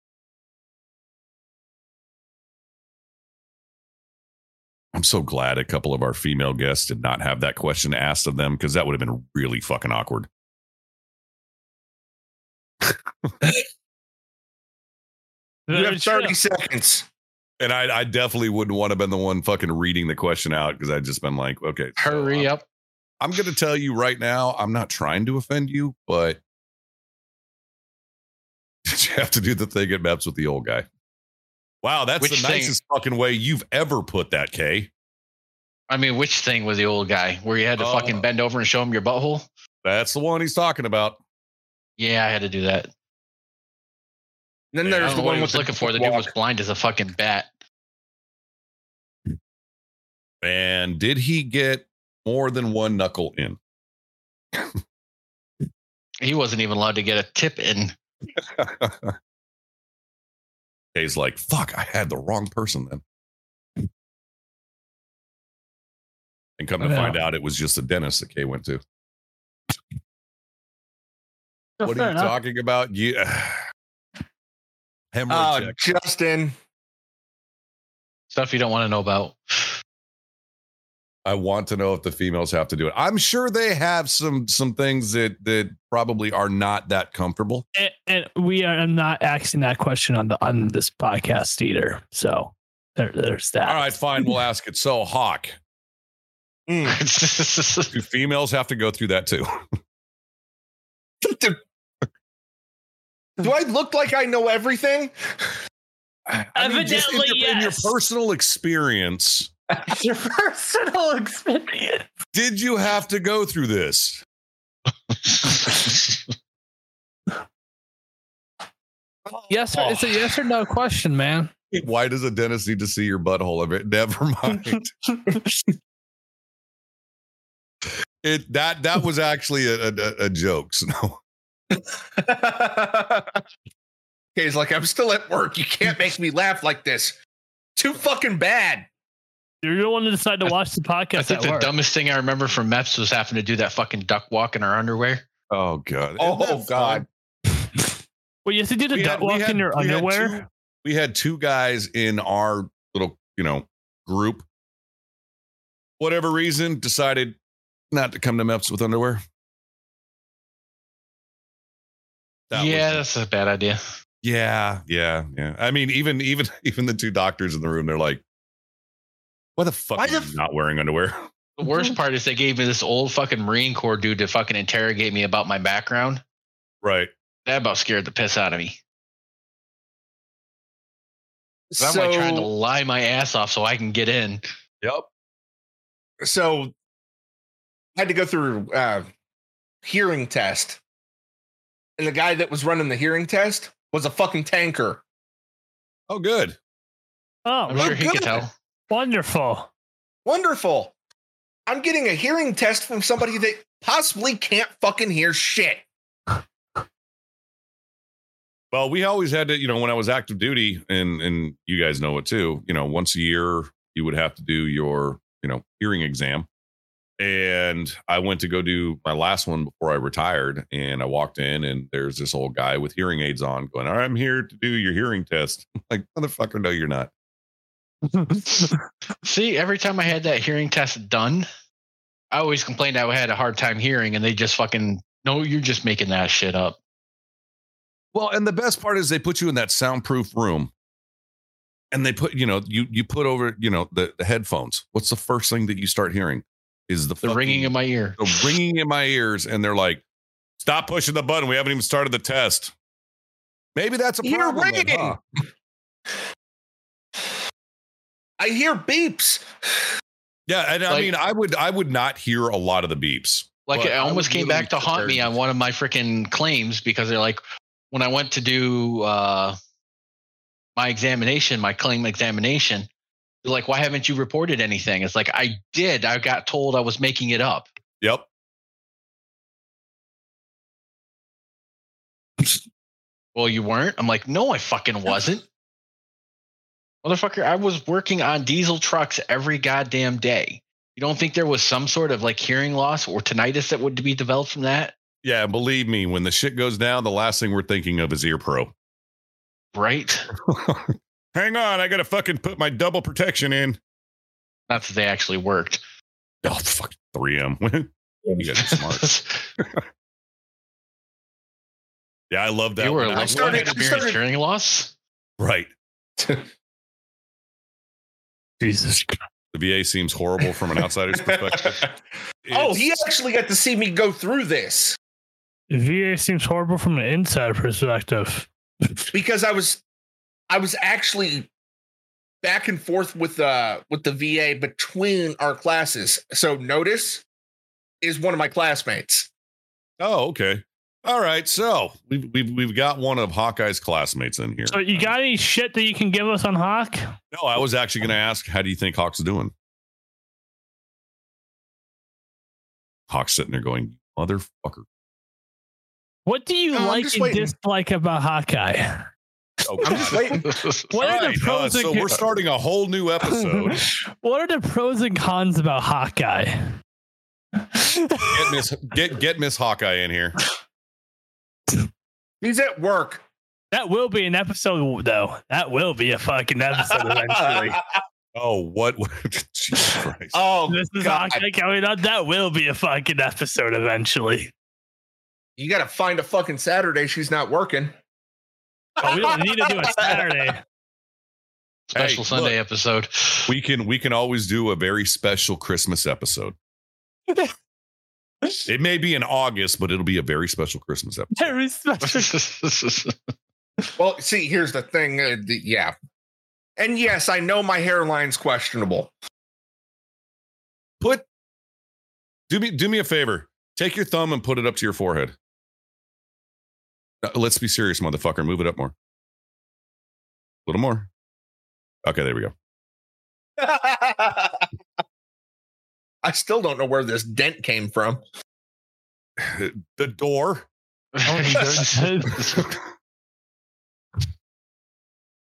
S4: I'm so glad a couple of our female guests did not have that question asked of them because that would have been really fucking awkward.
S5: You have 30 seconds.
S4: And I, I definitely wouldn't want to have been the one fucking reading the question out because I'd just been like, okay, so uh,
S3: Hurry up.
S4: I'm going to tell you right now, I'm not trying to offend you, but you have to do the thing at maps with the old guy. Wow, that's
S3: Which
S4: the
S3: thing?
S4: nicest fucking way you've ever put that, Kay.
S3: I mean, which thing was the old guy where you had to
S4: Oh.
S3: fucking bend over and show him your butthole?
S4: That's the one he's talking about.
S3: Yeah, I had to do that.
S5: Then
S4: Yeah, I
S3: I
S5: there's
S3: don't know
S5: the
S3: what
S5: one
S3: he
S5: with
S3: was looking for. The dude was blind as a fucking bat.
S4: And did he get more than one knuckle in?
S3: He wasn't even allowed to get a tip in.
S4: Kay's like, fuck, I had the wrong person then. And come to
S2: Yeah.
S4: find out, it was just the dentist that Kay went to. what are you talking about? You hemorrhoid
S5: Oh,
S4: check.
S5: Justin.
S3: Stuff you don't want to know about.
S4: I want to know if the females have to do it. I'm sure they have some some things that that probably are not that comfortable.
S2: and, and we are not asking that question on the on this podcast either. So there, there's that.
S4: All right, fine, we'll ask it. So, Hawk,
S5: Mm.
S4: do females have to go through that too?
S5: the, Do I look like I know everything?
S4: I mean, just in,
S2: Evidently,
S4: your, in your
S2: yes.
S4: personal experience,
S2: Your personal experience.
S4: did you have to go through this?
S2: Yes, or, it's a yes or no question, man.
S4: Why does a dentist need to see your butthole of it? Never mind. it that that was actually a, a, a- a joke. So
S5: He's like, I'm still at work. You can't make me laugh like this. Too fucking bad.
S2: You're the one that decided to watch the
S3: I
S2: podcast
S3: think
S2: at
S3: the
S2: work.
S3: dumbest thing I remember from MEPS was having to do that fucking duck walk in our underwear.
S4: oh god.
S5: Oh,
S4: Isn't that
S5: God.
S4: fun?
S2: well, you have to do the
S4: We
S2: duck
S4: had- we
S2: walk
S4: had-
S2: in your
S4: we had
S2: underwear.
S4: two- we had two guys in our little, you know, group. Whatever reason, decided not to come to MEPS with underwear. That was-
S3: yeah, that's a bad idea.
S4: Yeah, yeah, yeah. I mean, even even even the two doctors in the room, they're like, "Why the fuck
S5: Why
S4: are
S5: the
S4: you
S5: f-
S4: not wearing underwear?"
S3: The
S2: Mhm.
S3: worst part is they gave me this old fucking Marine Corps dude to fucking interrogate me about my background.
S4: Right.
S3: That about scared the piss out of me. 'Cause I'm like trying to
S5: So,
S3: lie my ass off so I can get in.
S4: Yep.
S5: so I had to go through uh hearing test. And the guy that was running the hearing test was a fucking tanker.
S4: Oh, good.
S2: oh,
S3: I'm sure he could
S5: good.
S3: tell.
S2: wonderful.
S5: Wonderful. I'm getting a hearing test from somebody that possibly can't fucking hear shit.
S4: Well, we always had to, you know, when I was active duty, and and you guys know it too. You know, once a year you would have to do your, you know, hearing exam. And I went to go do my last one before I retired, and I walked in, and there's this old guy with hearing aids on, going, "All right, "I'm here to do your hearing test." like, motherfucker, no, you're not.
S3: See, every time I had that hearing test done, I always complained I had a hard time hearing, and they just fucking no, you're just making that shit up.
S4: Well, and the best part is they put you in that soundproof room. And they put, you know, you you put over, you know, the, the headphones. What's the first thing that you start hearing? Is the
S3: The
S4: fucking-
S3: ringing in my ear.
S4: the ringing in my ears, and they're like, "Stop pushing the button. We haven't even started the test." Maybe that's a
S5: You're
S4: problem. then,
S5: ringing.
S4: huh?
S5: I hear beeps.
S4: Yeah, and I
S3: Like-
S4: mean, I would I would not hear a lot of the beeps.
S3: Like
S4: But
S3: it
S4: I was
S3: almost came
S4: literally
S3: back to haunt me
S4: prepared.
S3: on one of my freaking claims because they're like, when I went to do uh, my examination, my claim examination, they're like, why haven't you reported anything? It's like I did. I got told I was making it up.
S4: Yep.
S3: Well, you weren't. I'm like, no, I fucking wasn't. Motherfucker, I was working on diesel trucks every goddamn day. You don't think there was some sort of like hearing loss or tinnitus that would be developed from that?
S4: Yeah, and believe me, when the shit goes down, the last thing we're thinking of is ear pro.
S3: Right?
S4: Hang on, I gotta fucking put my double protection in.
S3: Not that they actually worked.
S4: Oh fuck, 3M. you guys are smart. Yeah, I love that.
S3: you were
S4: one.
S3: like,
S4: I
S3: I
S5: started-
S3: started,
S5: I started-
S3: hearing loss.
S4: right.
S2: Jesus Christ.
S4: The VA seems horrible from an outsider's perspective.
S5: oh,
S4: It's-
S5: he actually got to see me go through this
S2: VA seems horrible from an inside perspective.
S5: because I was I was actually back and forth with uh with the VA between our classes. So notice is one of my classmates.
S4: Oh, okay. All right. So we've we've we've got one of Hawkeye's classmates in here.
S2: So you got any shit that you can give us on Hawk?
S4: No, I was actually going to ask, how do you think Hawk's doing? Hawk's sitting there going, motherfucker.
S2: What do you
S5: No, I'm
S2: like
S5: just
S2: and
S5: waiting.
S2: dislike about Hawkeye?
S4: Oh,
S5: I'm just waiting.
S2: What
S4: All
S2: are
S4: right, uh,
S2: the pros
S4: so
S2: and
S4: we're starting a whole new episode.
S2: What are the pros and cons about Hawkeye?
S4: Get Miss get get Miss Hawkeye in here.
S5: He's at work.
S2: that will be an episode, though. That will be a fucking episode eventually.
S4: Oh, what? Jesus Christ.
S5: oh,
S2: this is
S5: God.
S2: Hawkeye coming up. That will be a fucking episode eventually.
S5: you got to find a fucking Saturday. She's not working.
S2: Oh, we don't need to do a Saturday.
S3: Special
S4: Hey,
S3: Sunday episode.
S4: we can we can always do a very special Christmas episode. it may be in August, but it'll be a very special Christmas episode.
S2: Very special.
S3: That's
S5: Well, see, here's the thing. Uh, the, yeah. And yes, I know my hairline's questionable.
S4: Put do me do me a favor. Take your thumb and put it up to your forehead. Uh, Let's be serious, motherfucker. Move it up more. A little more. Okay, there we go.
S5: I still don't know where this dent came from.
S4: The door.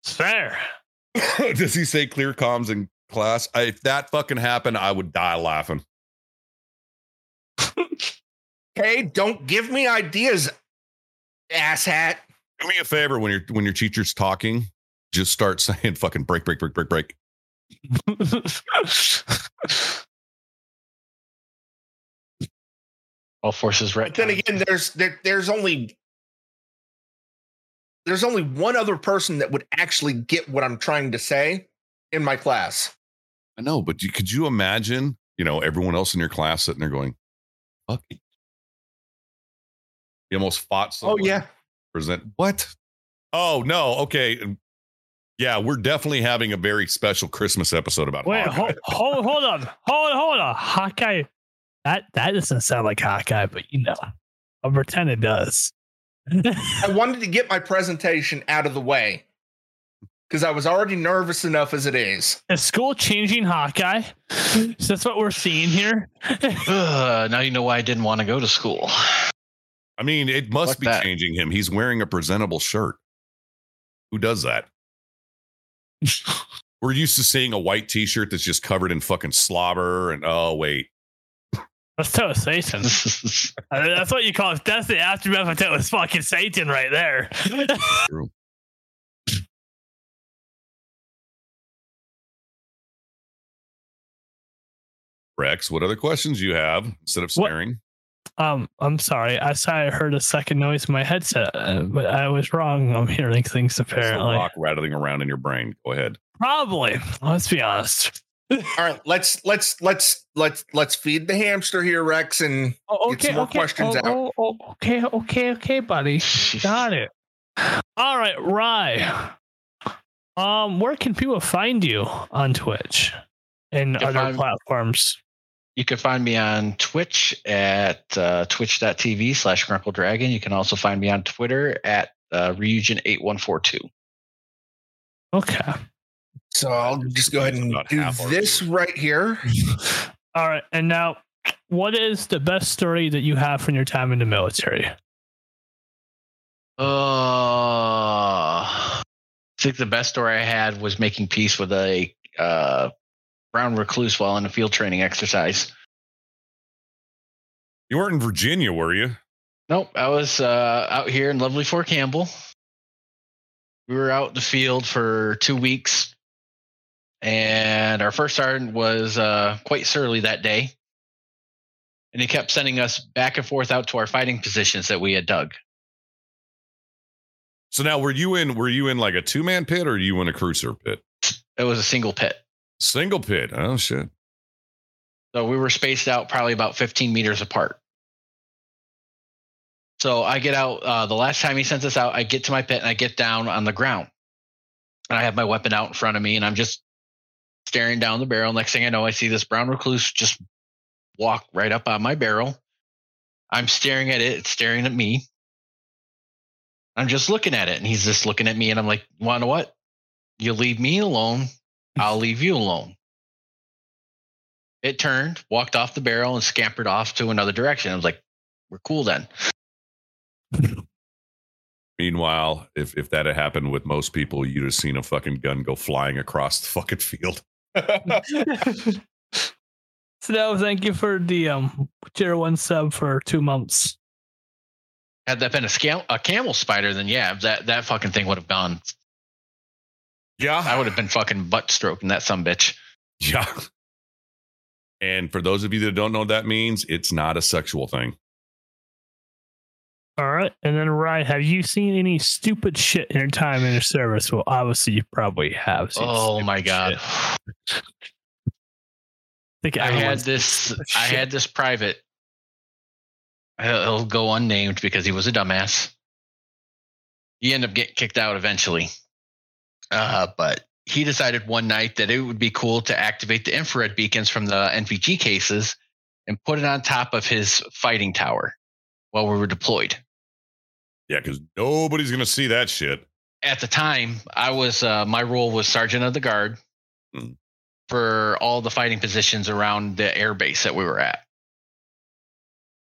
S2: Fair.
S4: Does he say clear comms in class? I, if that fucking happened, I would die laughing.
S5: Hey, don't give me ideas, asshat.
S4: Do me a favor when your when your teacher's talking, just start saying fucking break, break, break, break, break.
S3: All forces right.
S5: But then again, there's there, there's only there's only one other person that would actually get what I'm trying to say in my class.
S4: I know, but you, could you imagine? You know, everyone else in your class sitting there going, "Fuck." it." He almost fought. someone. present what oh no okay yeah we're definitely having a very special christmas episode about
S2: Wait,
S4: Hawkeye.
S2: hold, hold, hold on, hold, hold on. Hawkeye. That that doesn't sound like Hawkeye, but you know, I'll pretend it does.
S5: I wanted to get my presentation out of the way because I was already nervous enough as it is.
S2: Is school changing Hawkeye? So that's what we're seeing here.
S3: Ugh, now you know why I didn't want to go to school.
S4: i mean it must
S3: Fuck
S4: be
S3: that.
S4: changing him he's wearing a presentable shirt who does that we're used to seeing a white t-shirt that's just covered in fucking slobber and oh wait
S2: That's so Satan. I mean, that's what you call it. That's the aftermath of that was fucking Satan right there.
S4: rex what other questions you have instead of
S2: What-
S4: staring
S2: um, I'm sorry. I saw I heard a second noise in my headset, uh, but I was wrong. I'm hearing things
S4: That's the
S2: apparently.
S4: rock rattling around in your brain go ahead
S2: Probably. Let's be honest.
S5: All right, let's let's let's let's let's feed the hamster here, Rex, and
S2: Oh,
S5: Get
S2: okay.
S5: some more
S2: okay.
S5: questions
S2: oh,
S5: out.
S2: oh, oh, okay. Okay. Okay, buddy. Got it. All right, Rye. Um, where can people find you on Twitch and
S3: Can
S2: other
S3: find-
S2: platforms?
S3: You can find me on Twitch at uh, twitch.tv slash Grunkle Dragon. You can also find me on Twitter at uh, Ryujin8142.
S2: Okay.
S5: so I'll just go ahead and
S4: About
S5: do
S4: half our-
S5: this right here.
S2: All right, and now, what is the best story that you have from your time in the military?
S3: Uh, Oh. I think the best story I had was making peace with a uh, brown recluse while in a field training exercise.
S4: you weren't in virginia were you
S3: Nope, I was uh, out here in lovely Fort Campbell. We were out in the field for two weeks, and our first sergeant was uh, quite surly that day, and he kept sending us back and forth out to our fighting positions that we had dug.
S4: so now were you in were you in like a two-man pit or you in a cruiser pit
S3: It was a single pit,
S4: single pit oh shit
S3: So we were spaced out probably about 15 meters apart. So I get out. Uh, the last time he sent us out, I get to my pit and I get down on the ground. And I have my weapon out in front of me and I'm just staring down the barrel. Next thing I know, I see this brown recluse just walk right up on my barrel. I'm staring at it, it's staring at me. I'm just looking at it and he's just looking at me. And I'm like, you want to what? You leave me alone, I'll leave you alone. It turned, walked off the barrel, and scampered off to another direction. I was like, "We're cool then."
S4: Meanwhile, if if that had happened with most people, you'd have seen a fucking gun go flying across the fucking field.
S2: so now, thank you for the um tier one sub for two months.
S3: Had that been a scam, a camel spider, then yeah, that that fucking thing would have gone.
S4: Yeah,
S3: I would have been fucking butt stroking that some bitch.
S4: yeah. And for those of you that don't know what that means, it's not a sexual thing.
S2: All right, and then Ryan, have you seen any stupid shit in your time in your service? Well, obviously you probably have. seen
S3: Oh
S2: stupid
S3: my god!
S2: shit. I think
S3: I had
S2: everyone's-
S3: this. I
S2: Shit.
S3: had this private. He'll he'll go unnamed because he was a dumbass. you end up getting kicked out eventually. Uh, but he decided one night that it would be cool to activate the infrared beacons from the NVG cases and put it on top of his fighting tower while we were deployed.
S4: Yeah, because nobody's gonna see that shit.
S3: At the time, I was uh, my role was sergeant of the guard
S4: Hmm.
S3: for all the fighting positions around the air base that we were at.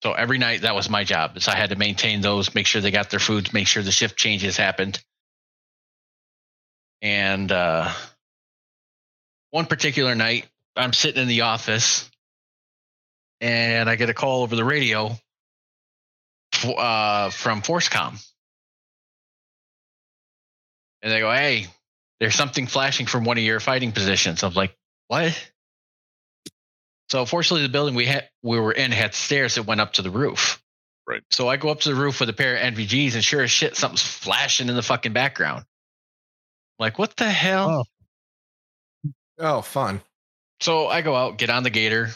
S3: So every night that was my job. Is I had to maintain those, make sure they got their foods, make sure the shift changes happened. And uh, one particular night, I'm sitting in the office, and I get a call over the radio f- uh, from Forcecom. And they go, Hey, there's something flashing from one of your fighting positions. I'm like, What? So fortunately, the building we had we were in had stairs that went up to the roof.
S4: Right.
S3: So I go up to the roof with a pair of NVGs, and sure as shit, something's flashing in the fucking background. like, what the hell?
S2: Oh.
S5: Oh, fun.
S3: So I go out, get on the gator,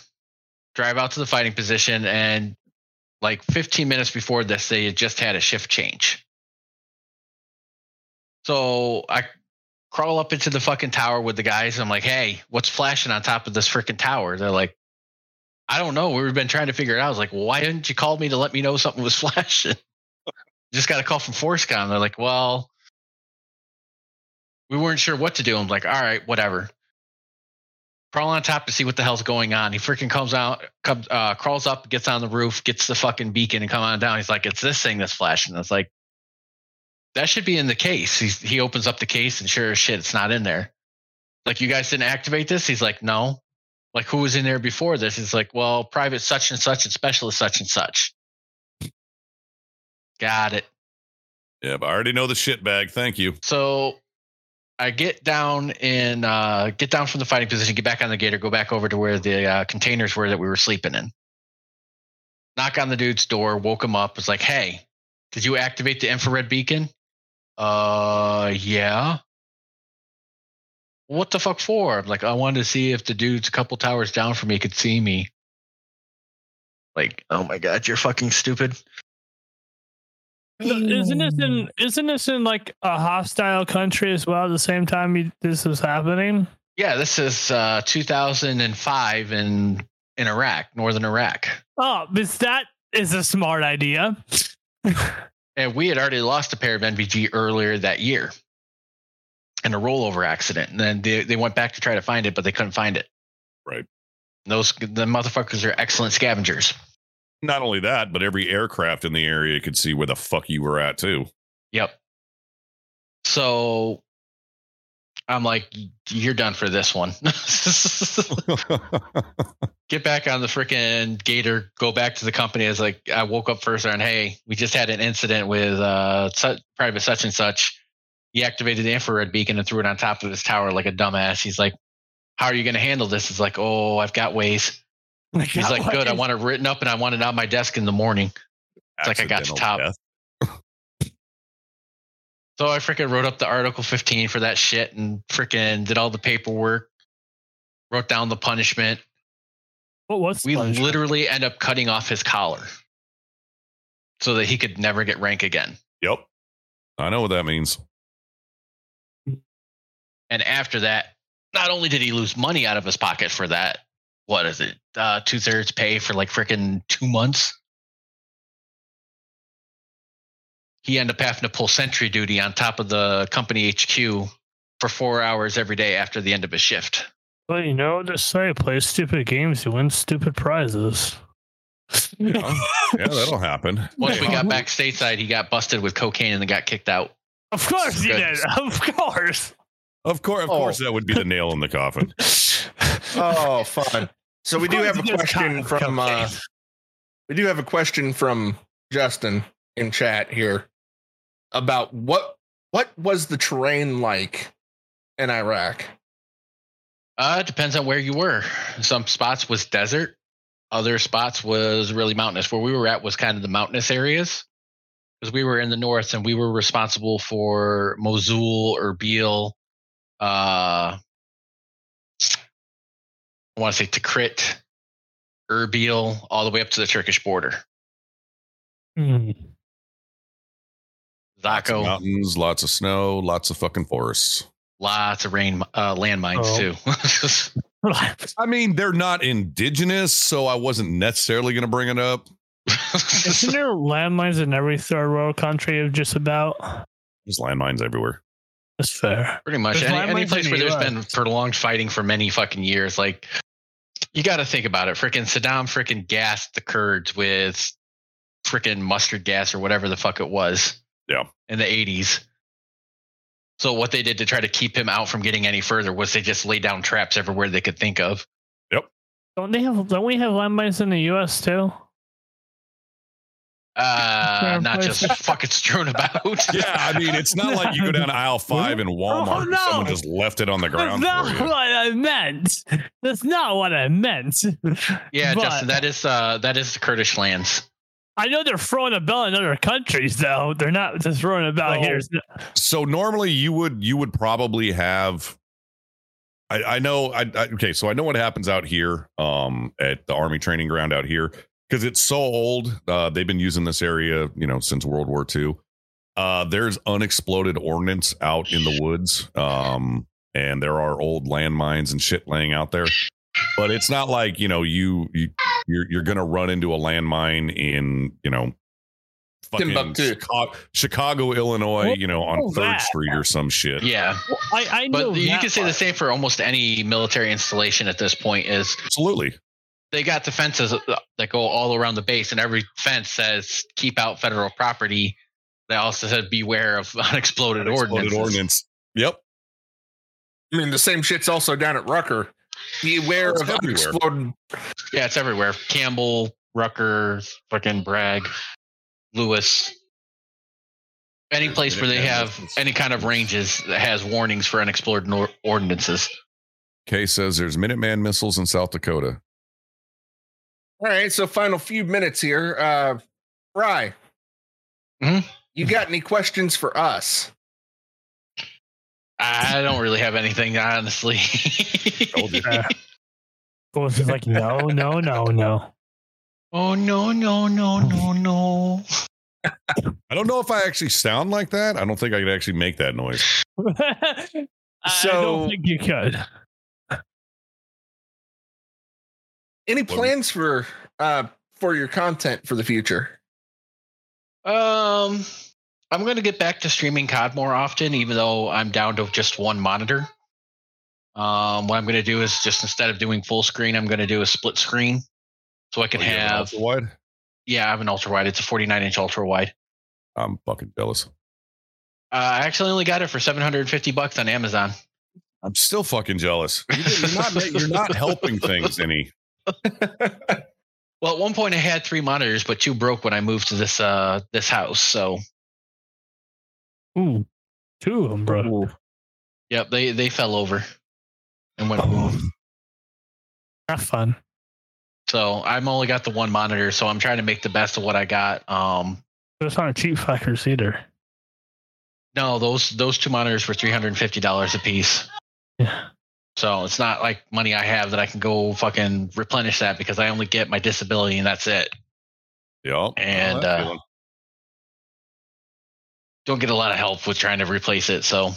S3: drive out to the fighting position, and like 15 minutes before this, they had just had a shift change. So I crawl up into the fucking tower with the guys. I'm like, hey, what's flashing on top of this freaking tower? They're like, I don't know. We've been trying to figure it out. I was like, why didn't you call me to let me know something was flashing? just got a call from Forcecom. They're like, well, we weren't sure what to do. I'm like, all right, whatever crawl on top to see what the hell's going on. He freaking comes out, comes, uh, crawls up, gets on the roof, gets the fucking beacon, and come on down. He's like, "It's this thing that's flashing." It's like that should be in the case. He's, he opens up the case, and sure as shit, it's not in there. Like, you guys didn't activate this? He's like, "No." Like, who was in there before this? He's like, "Well, private such and such and specialist such and such." Got it.
S4: Yeah, but I already know the shit bag. Thank you.
S3: So I get down in, uh, get down from the fighting position, get back on the gator, go back over to where the uh, containers were that we were sleeping in. Knock on the dude's door, woke him up, was like, hey, did you activate the infrared beacon? Uh, yeah. What the fuck for? I'm like, I wanted to see if the dude's a couple towers down from me could see me. Like, oh my God, you're fucking stupid.
S2: No, Isn't this in isn't this in like a hostile country as well? At the same time you, this is happening,
S3: Yeah, this is uh, 2005 in, in Iraq, northern Iraq.
S2: oh, is that is a smart idea?
S3: And we had already lost a pair of NVG earlier that year in a rollover accident. And then they, they went back to try to find it, but they couldn't find it.
S4: Right.
S3: Those the motherfuckers are excellent scavengers.
S4: Not only that, but every aircraft in the area could see where the fuck you were at too.
S3: Yep. So I'm like, you're done for this one. Get back on the freaking gator. Go back to the company. I was like, I woke up first on, hey, we just had an incident with uh, such, private such and such. He activated the infrared beacon and threw it on top of his tower like a dumbass. He's like, how are you going to handle this? It's like, oh, I've got ways. He's like, good. I want it written up and I want it on my desk in the morning. It's like I got the
S4: Accidental
S3: top.
S4: death.
S3: So I freaking wrote up the Article 15 for that shit and freaking did all the paperwork, wrote down the punishment.
S2: What was
S3: We
S2: punishment?
S3: literally end up cutting off his collar so that he could never get rank again.
S4: Yep. I know what that means.
S3: And after that, not only did he lose money out of his pocket for that, what is it? Uh, Two thirds pay for like freaking two months. He ended up having to pull sentry duty on top of the company HQ for four hours every day after the end of his shift.
S2: Well, you know, just say play stupid games, you win stupid prizes.
S4: Yeah, that'll happen.
S3: Once we got back stateside, he got busted with cocaine and then got kicked out.
S2: Of course you did. Of course.
S4: Of course, of
S5: Oh.
S4: course, that would be the nail in the coffin.
S3: Uh,
S5: Oh, fun. So we do have a question from uh, we do have a question from Justin in chat here about what what was the terrain like in Iraq?
S3: Uh, it depends on where you were. Some spots was desert, other spots was really mountainous. Where we were at was kind of the mountainous areas because we were in the north and we were responsible for Mosul, Erbil, uh, I want to say Tikrit, Erbil,
S2: Hmm.
S3: all the way up to the Turkish border.
S4: Lots of
S3: Zaco,
S4: mountains, lots of snow, lots of fucking forests.
S3: lots of rain uh, landmines
S2: Oh.
S3: too.
S4: I mean, they're not indigenous, so I wasn't necessarily going to bring it up.
S2: Isn't there landmines in every third world country of just about?
S4: There's landmines everywhere.
S2: That's fair.
S3: Pretty much
S2: There's
S3: any, any
S2: landmines
S3: place
S2: in
S3: where
S2: the
S3: there's
S2: US.
S3: been prolonged fighting for many fucking years, like you got to think about it. Frickin' Saddam frickin' gassed the Kurds with frickin' mustard gas or whatever the fuck it was.
S4: Yeah.
S3: In the 80s. So what they did to try to keep him out from getting any further was they just laid down traps everywhere they could think of.
S2: Don't they have? Don't we have landmines in the U.S. too?
S3: Uh,
S2: Damn
S3: not
S2: place.
S3: just fucking strewn about.
S4: Yeah, I mean, it's not like you go down aisle five in Walmart
S2: Oh,
S4: and
S2: no.
S4: someone just left it on the
S2: That's
S4: ground
S2: not
S4: for you.
S2: what I meant. That's not what I meant.
S3: Yeah,
S2: But-
S3: Justin, that is uh that is the Kurdish lands.
S2: I know they're throwing a bell in other countries, though. They're not just throwing a bell
S4: No.
S2: here.
S4: So normally you would you would probably have. I, I know. I, I okay. So I know what happens out here um, at the Army training ground out here because it's so old. Uh, they've been using this area, you know, since World War II. Uh, there's unexploded ordnance out in the woods, um, and there are old landmines and shit laying out there. But it's not like you know you you you're, you're gonna run into a landmine in you know fucking
S5: Timbuktu.
S4: Chicago, Chicago, Illinois, you know, on
S2: Oh,
S4: Third
S2: that.
S4: Street or some shit.
S3: Yeah.
S2: Well, I, I know
S3: But you
S2: that
S3: can say the
S2: part.
S3: same for almost any military installation at this point is
S4: Absolutely.
S3: they got the fences that go all around the base, and every fence says "keep out federal property." They also said "beware of
S4: Exploded
S3: unexploded, ordnances."
S4: ordnance. Yep.
S5: I mean, the same shit's also down at Rucker. Beware
S4: It's
S5: of
S4: everywhere.
S5: exploding.
S3: Yeah, it's everywhere. Campbell, Rucker, fucking Bragg, Lewis. Any place where they have any kind of ranges that has warnings for unexplored nor- ordinances.
S4: Kay says there's Minuteman missiles in South Dakota.
S5: All right, so final few minutes here. Uh, Rye,
S4: Hmm?
S3: Mhm.
S5: you got any questions for us?
S3: I don't really have anything, honestly.
S4: Told you.
S2: Yeah. Both is like, no, no, no, no.
S3: oh no, no, no, no, no.
S4: I don't know if I actually sound like that. I don't think I could actually make that noise.
S2: I
S5: So-
S2: don't think you could.
S5: Any
S4: What-
S5: plans for uh, for your content for the future?
S3: Um, I'm going to get back to streaming COD more often, even though I'm down to just one monitor. Um, what I'm going to do is just instead of doing full screen, I'm going to do a split screen, so I can
S4: Oh, you an
S3: have
S4: ultra wide?
S3: yeah, I have an ultra wide. It's a 49 inch ultra wide.
S4: I'm fucking jealous.
S3: Uh, I actually only got it for 750 bucks on Amazon.
S4: I'm still fucking jealous. You're not, ma- you're not helping things any.
S3: Well, at one point I had three monitors, but two broke when I moved to this uh this house. So
S2: Ooh, two of them, bro.
S3: yep, they they fell over
S4: Oh.
S3: and went boom.
S2: Not fun.
S3: So I'm only got the one monitor, so I'm trying to make the best of what I got. Um,
S2: But it's not cheap fuckers either.
S3: No, those those two monitors were three hundred and fifty dollars a piece.
S2: Yeah.
S3: So it's not like money I have that I can go fucking replenish that because I only get my disability and that's it.
S4: Yep.
S3: And,
S4: that
S3: uh,
S4: feeling.
S3: Don't get a lot of help with trying to replace it. So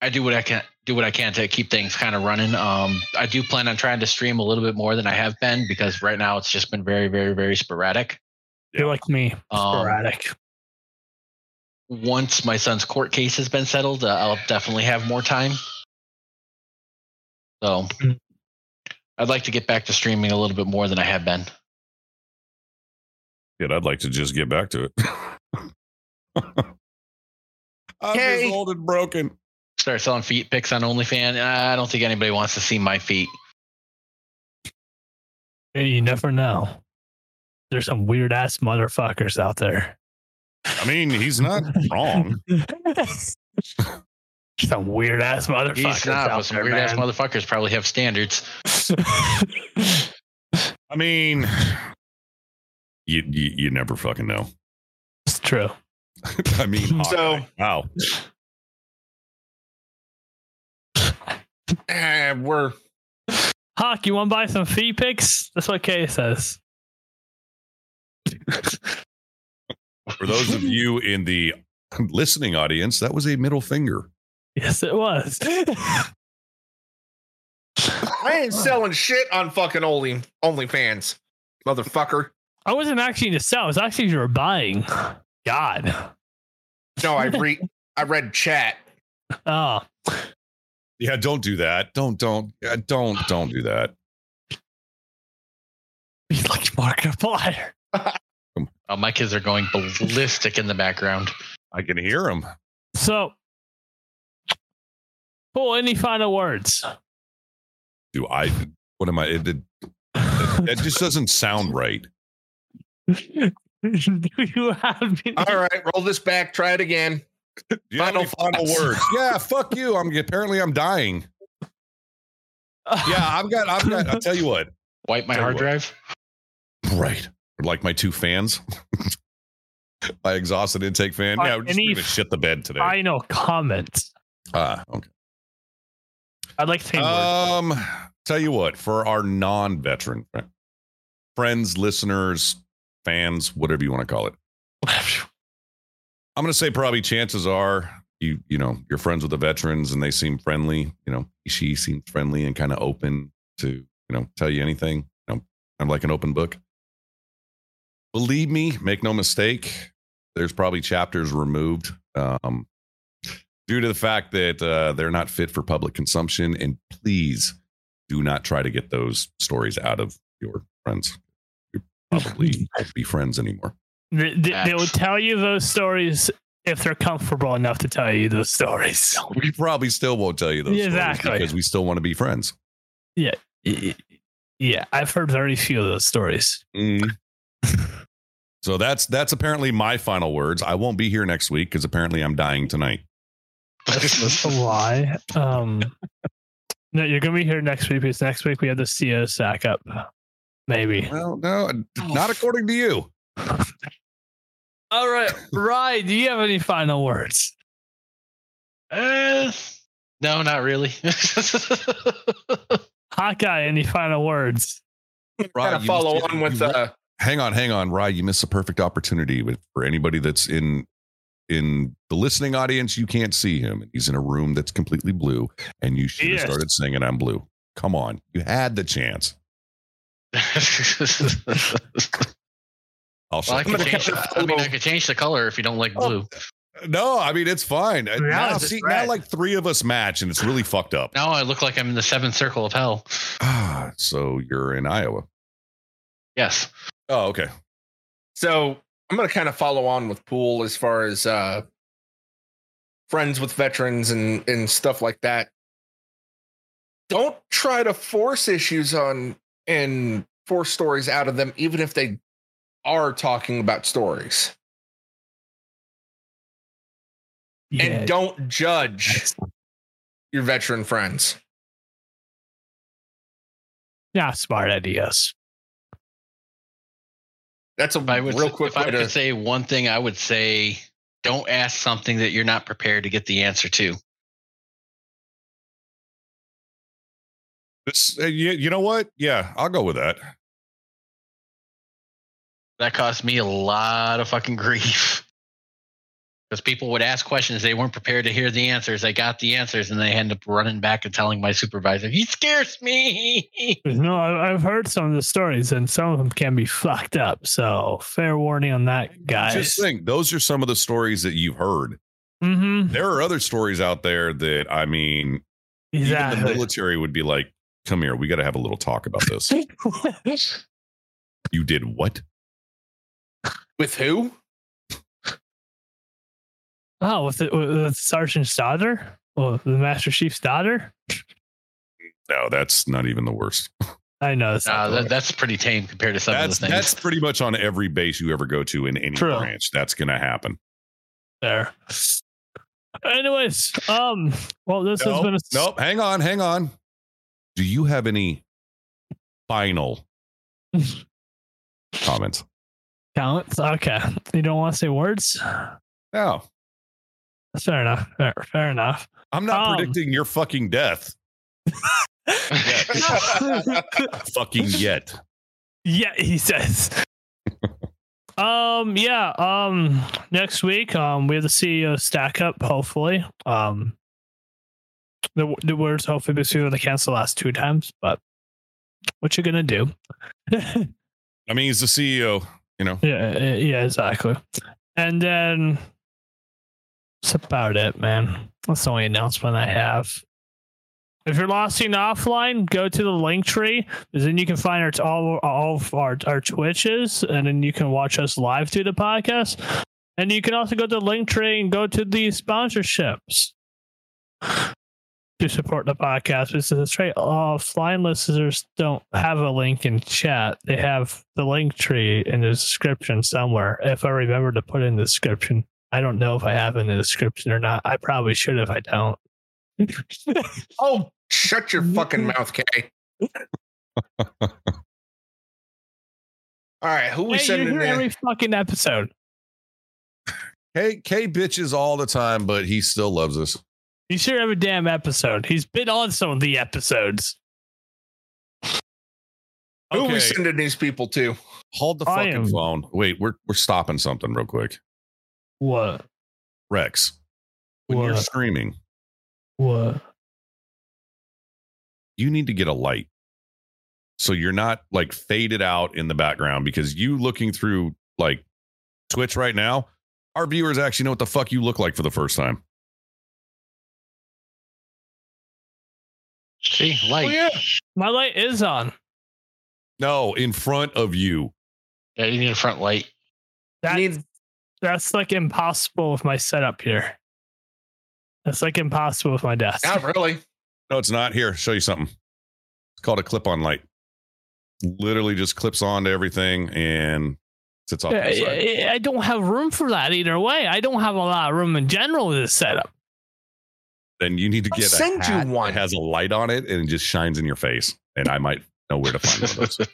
S3: I do what I can do what I can to keep things kind of running. Um, I do plan on trying to stream a little bit more than I have been because right now it's just been very very very sporadic.
S2: You're like me.
S3: Um,
S2: Sporadic.
S3: Once my son's court case has been settled, uh, I'll definitely have more time. So
S2: Mm.
S3: I'd like to get back to streaming a little bit more than I have been.
S4: Shit, I'd like to just get back to it. I'm
S5: Hey.
S4: just old and broken.
S3: start selling feet pics on OnlyFans. I don't think anybody wants to see my feet.
S2: Hey, you never know. There's some weird ass motherfuckers out there.
S4: I mean, he's not wrong.
S2: some weird ass motherfuckers
S3: He's not.
S2: out
S3: but Some
S2: there,
S3: weird ass
S2: man.
S3: motherfuckers probably have standards.
S4: I mean, you you, you never fucking know.
S2: it's true.
S4: I mean,
S5: So-
S4: Hawkeye. wow,
S5: Eh, we're
S2: Hawk, you want to buy some fee picks? That's what Kay says.
S4: for those of you in the listening audience, that was a middle finger.
S2: Yes, it was.
S5: I ain't selling shit on fucking only OnlyFans, motherfucker.
S2: I wasn't actually to sell. It's actually you were buying. God.
S5: No, I read I read chat.
S2: Oh,
S4: Yeah, don't do that. Don't don't yeah, don't don't do that.
S2: you like Markiplier.
S3: Oh, my kids are going ballistic in the background.
S4: I can hear him.
S2: So, Paul, any final words?
S4: Do I? What am I? It, it, that just doesn't sound right.
S2: Do you have any-
S5: All right, roll this back. Try it again.
S4: Do you have any
S5: Final
S4: final
S5: thoughts.
S4: words? Yeah, fuck you. I'm apparently I'm dying. Yeah, I've got I've got. I'll tell you what.
S3: Wipe my
S4: Tell you
S3: hard
S4: what.
S3: drive.
S4: Right. Like my two fans. my exhaust and intake fan.
S2: Uh,
S4: yeah, we're just
S2: any
S4: gonna shit the bed today.
S2: final comment.
S4: Ah, okay.
S2: I'd like to take
S4: Um, tell you what, for our non-veteran fri- friends, listeners, fans, whatever you want to call it, I'm gonna say probably chances are you you know you're friends with the veterans and they seem friendly. You know, she seems friendly and kind of open to you know tell you anything. You know, I'm like an open book. Believe me, make no mistake. There's probably chapters removed. Um, due to the fact that uh, they're not fit for public consumption. And please do not try to get those stories out of your friends. You probably won't be friends anymore.
S2: They, they, they will
S3: Facts.
S2: tell you those stories if they're comfortable enough to tell you those stories.
S4: We probably still won't tell you those stories
S2: Exactly.
S4: because we still want to be friends.
S2: Y- y- Yeah, I've heard very few of those stories.
S4: Mm-hmm. so that's that's apparently my final words. I won't be here next week because apparently I'm dying tonight.
S2: That's a lie. Um, no, you're gonna be here next week because next week we have the CO sack up. Maybe.
S4: Well, no, uh,
S5: Oh.
S4: not according to you.
S2: All right, Ryan, do you have any final words?
S3: Uh, no, not really.
S2: Hawkeye, any final words?
S4: Rod,
S5: Kind of
S4: you
S5: follow
S4: must-
S5: on
S4: you
S5: with uh,
S4: hang on, hang on, Rye. You missed a perfect opportunity with for anybody that's in in the listening audience. You can't see him, and he's in a room that's completely blue. And you should have
S2: Yes.
S4: started singing "I'm Blue." Come on, you had the chance. I'll
S3: well, I
S4: shut
S3: can
S4: the-
S3: change. I mean, I can change the color if you don't like blue.
S4: no, I mean it's fine. Uh, now,
S2: it's
S4: see,
S2: just
S4: now
S2: red.
S4: like three of us match, and it's really fucked up.
S3: Now I look like I'm in the seventh circle of hell.
S4: Ah, so you're in Iowa.
S3: Yes.
S4: Oh, okay.
S5: So I'm going to kind of follow on with Pool as far as uh, friends with veterans and, and stuff like that. Don't try to force issues on and force stories out of them, even if they are talking about stories. And don't judge your veteran friends.
S2: not smart ideas.
S5: That's a
S3: If I would,
S5: real quick
S3: if I
S5: way
S3: could
S5: to.
S3: say one thing, I would say don't ask something that you're not prepared to get the answer to.
S4: This, uh, you, you know what? Yeah, I'll go with that.
S3: That cost me a lot of fucking grief. Because people would ask questions they weren't prepared to hear the answers. They got the answers and they end up running back and telling my supervisor, he scares me.
S2: No, I- I've heard some of the stories, and some of them can be fucked up. So, fair warning on that, guys.
S4: Just think, those are some of the stories that you've heard.
S2: hmm
S4: There are other stories out there that I mean, Even the
S2: Exactly.
S4: military would be like, come here, we got to have a little talk about this. you did what?
S5: With who?
S2: oh, with, the, with Sergeant's daughter, or the Master Chief's daughter.
S4: No, that's not even the worst.
S2: I know. That's
S3: Nah,
S2: not the
S3: that,
S2: word.
S3: that's pretty tame compared to some
S4: That's
S3: of the things.
S4: that's pretty much on every base you ever go to in any
S2: True.
S4: branch. That's gonna happen.
S2: there. Anyways, um, well, this has been a
S4: nope. Hang on, hang on. Do you have any final comments?
S2: counts. Okay, you don't want to say words.
S4: No,
S2: That's fair enough. Fair, fair enough.
S4: I'm not
S2: Um.
S4: predicting your fucking death. Fucking yet.
S2: yeah, he says. Um, yeah. Um, next week, um, we have the CEO stack up. Hopefully, um, the the words hopefully because we were cancel the last two times. But what you gonna do? yeah,
S4: I mean, he's the E CEO, you know.
S2: yeah, yeah, exactly. And then that's about it, man. That's the only announcement I have. If you're lost in offline, go to the link tree. 'cause Then you can find our all all of our, our Twitches, and then you can watch us live through the podcast. And you can also go to link tree and go to the sponsorships to support the podcast. Because the straight offline uh, listeners don't have a link in chat; they have the link tree in the description somewhere. If I remember to put it in the description, I don't know if I have it in the description or not. I probably should if I don't.
S5: Oh, shut your fucking mouth, Kay. All right, who we
S2: Hey, you're
S5: sending
S2: here
S5: in?
S2: every fucking episode.
S4: K K bitches all the time, but he still loves us.
S2: He's here every damn episode. He's been on some of the episodes.
S5: Who we
S4: Okay.
S5: sending these people to?
S4: Hold the
S2: I
S4: fucking
S2: am-
S4: phone. Wait, we're we're stopping something real quick.
S2: What?
S4: Rex, when you're
S2: What?
S4: screaming,
S2: What?
S4: you need to get a light. So you're not like faded out in the background because you looking through like Twitch right now, our viewers actually know what the fuck you look like for the first time.
S3: See, light.
S5: Oh, yeah.
S2: My light is on.
S4: No, in front of you.
S3: Yeah, you need a front light.
S2: That,
S5: Need-
S2: That's like impossible with my setup here. That's like impossible with my desk.
S5: Not really.
S4: No, it's not. Here, show you something. It's called a clip on light. Literally just clips onto everything and sits off. to the side.
S2: I, I- I don't have room for that either way. I don't have a lot of room in general with this setup.
S4: Then you need to
S5: I'll
S4: get a
S5: send you
S4: hat that
S5: one.
S4: has a light on it and it just shines in your face. And I might know where to find one of those.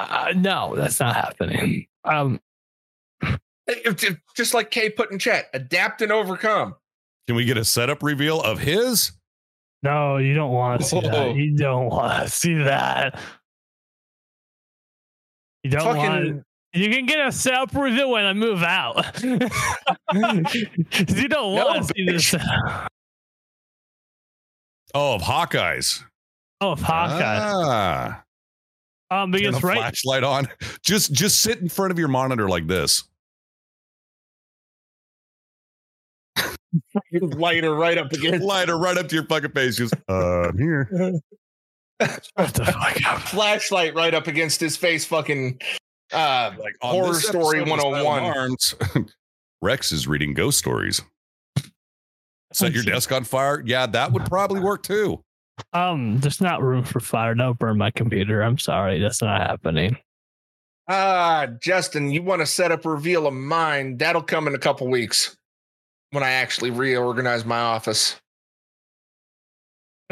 S2: Uh, no, that's not happening. Um,
S5: Hey, if- if- Just like Kay put in chat, adapt and overcome.
S4: Can we get a setup reveal of his?
S2: no, you don't want to see
S5: Whoa.
S2: that. You don't want to see that. You don't want.
S5: Fucking
S2: You can get a setup review when I move out. 'Cause you don't
S5: No,
S2: want to see this.
S4: Oh, of Hawkeye's.
S2: Oh, of Hawkeye.
S4: Ah, turn
S2: um, because
S4: a
S2: right,
S4: flashlight on. Just just sit in front of your monitor like this.
S5: lighter right up against
S4: Lighter right up to your fucking face. Just uh I'm here.
S2: what the fuck? up.
S5: flashlight right up against his face. Fucking uh,
S4: Like
S5: on Horror
S4: this
S5: Story
S4: episode of
S5: 101.
S4: Silent Arms, Rex is reading ghost stories. Set your desk on fire. Yeah, that would probably work too.
S2: Um, there's not room for fire. Don't burn my computer. I'm sorry, that's not happening.
S5: ah, Justin, you want to set up a reveal of mine? That'll come in a couple weeks when I actually reorganize my office.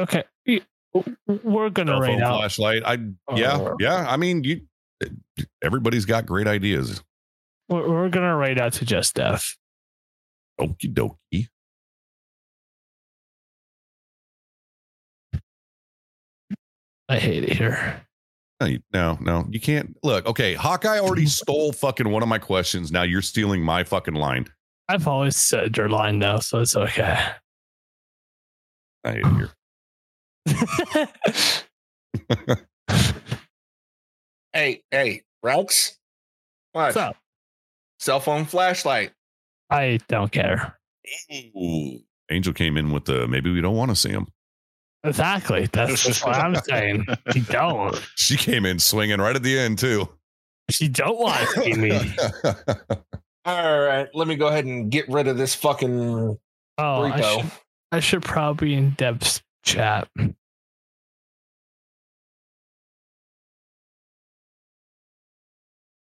S2: Okay, y- we're gonna
S4: Cell
S2: raid
S4: phone
S2: out. Uh,
S4: flashlight. I yeah,
S5: Oh.
S4: yeah. I mean, you everybody's got great ideas.
S2: We're, we're gonna raid out to just death.
S4: Okie dokie.
S2: I hate it here.
S4: No, you- No, no, you can't. Look, okay, Hawkeye already stole fucking one of my questions. Now you're stealing my fucking line.
S2: I've always said your line now, so it's okay.
S4: I hate it here.
S5: Hey, hey, Rex, what?
S2: What's up?
S5: Cell phone flashlight.
S2: I don't care.
S4: Angel came in with the maybe we don't want to see him.
S2: Exactly. That's, that's what I'm saying. You don't.
S4: She came in swinging right at the end too.
S2: You don't want to see me.
S5: All right, let me go ahead and get rid of this fucking
S2: Oh, I
S5: repo.
S2: should, I should probably in depth chat.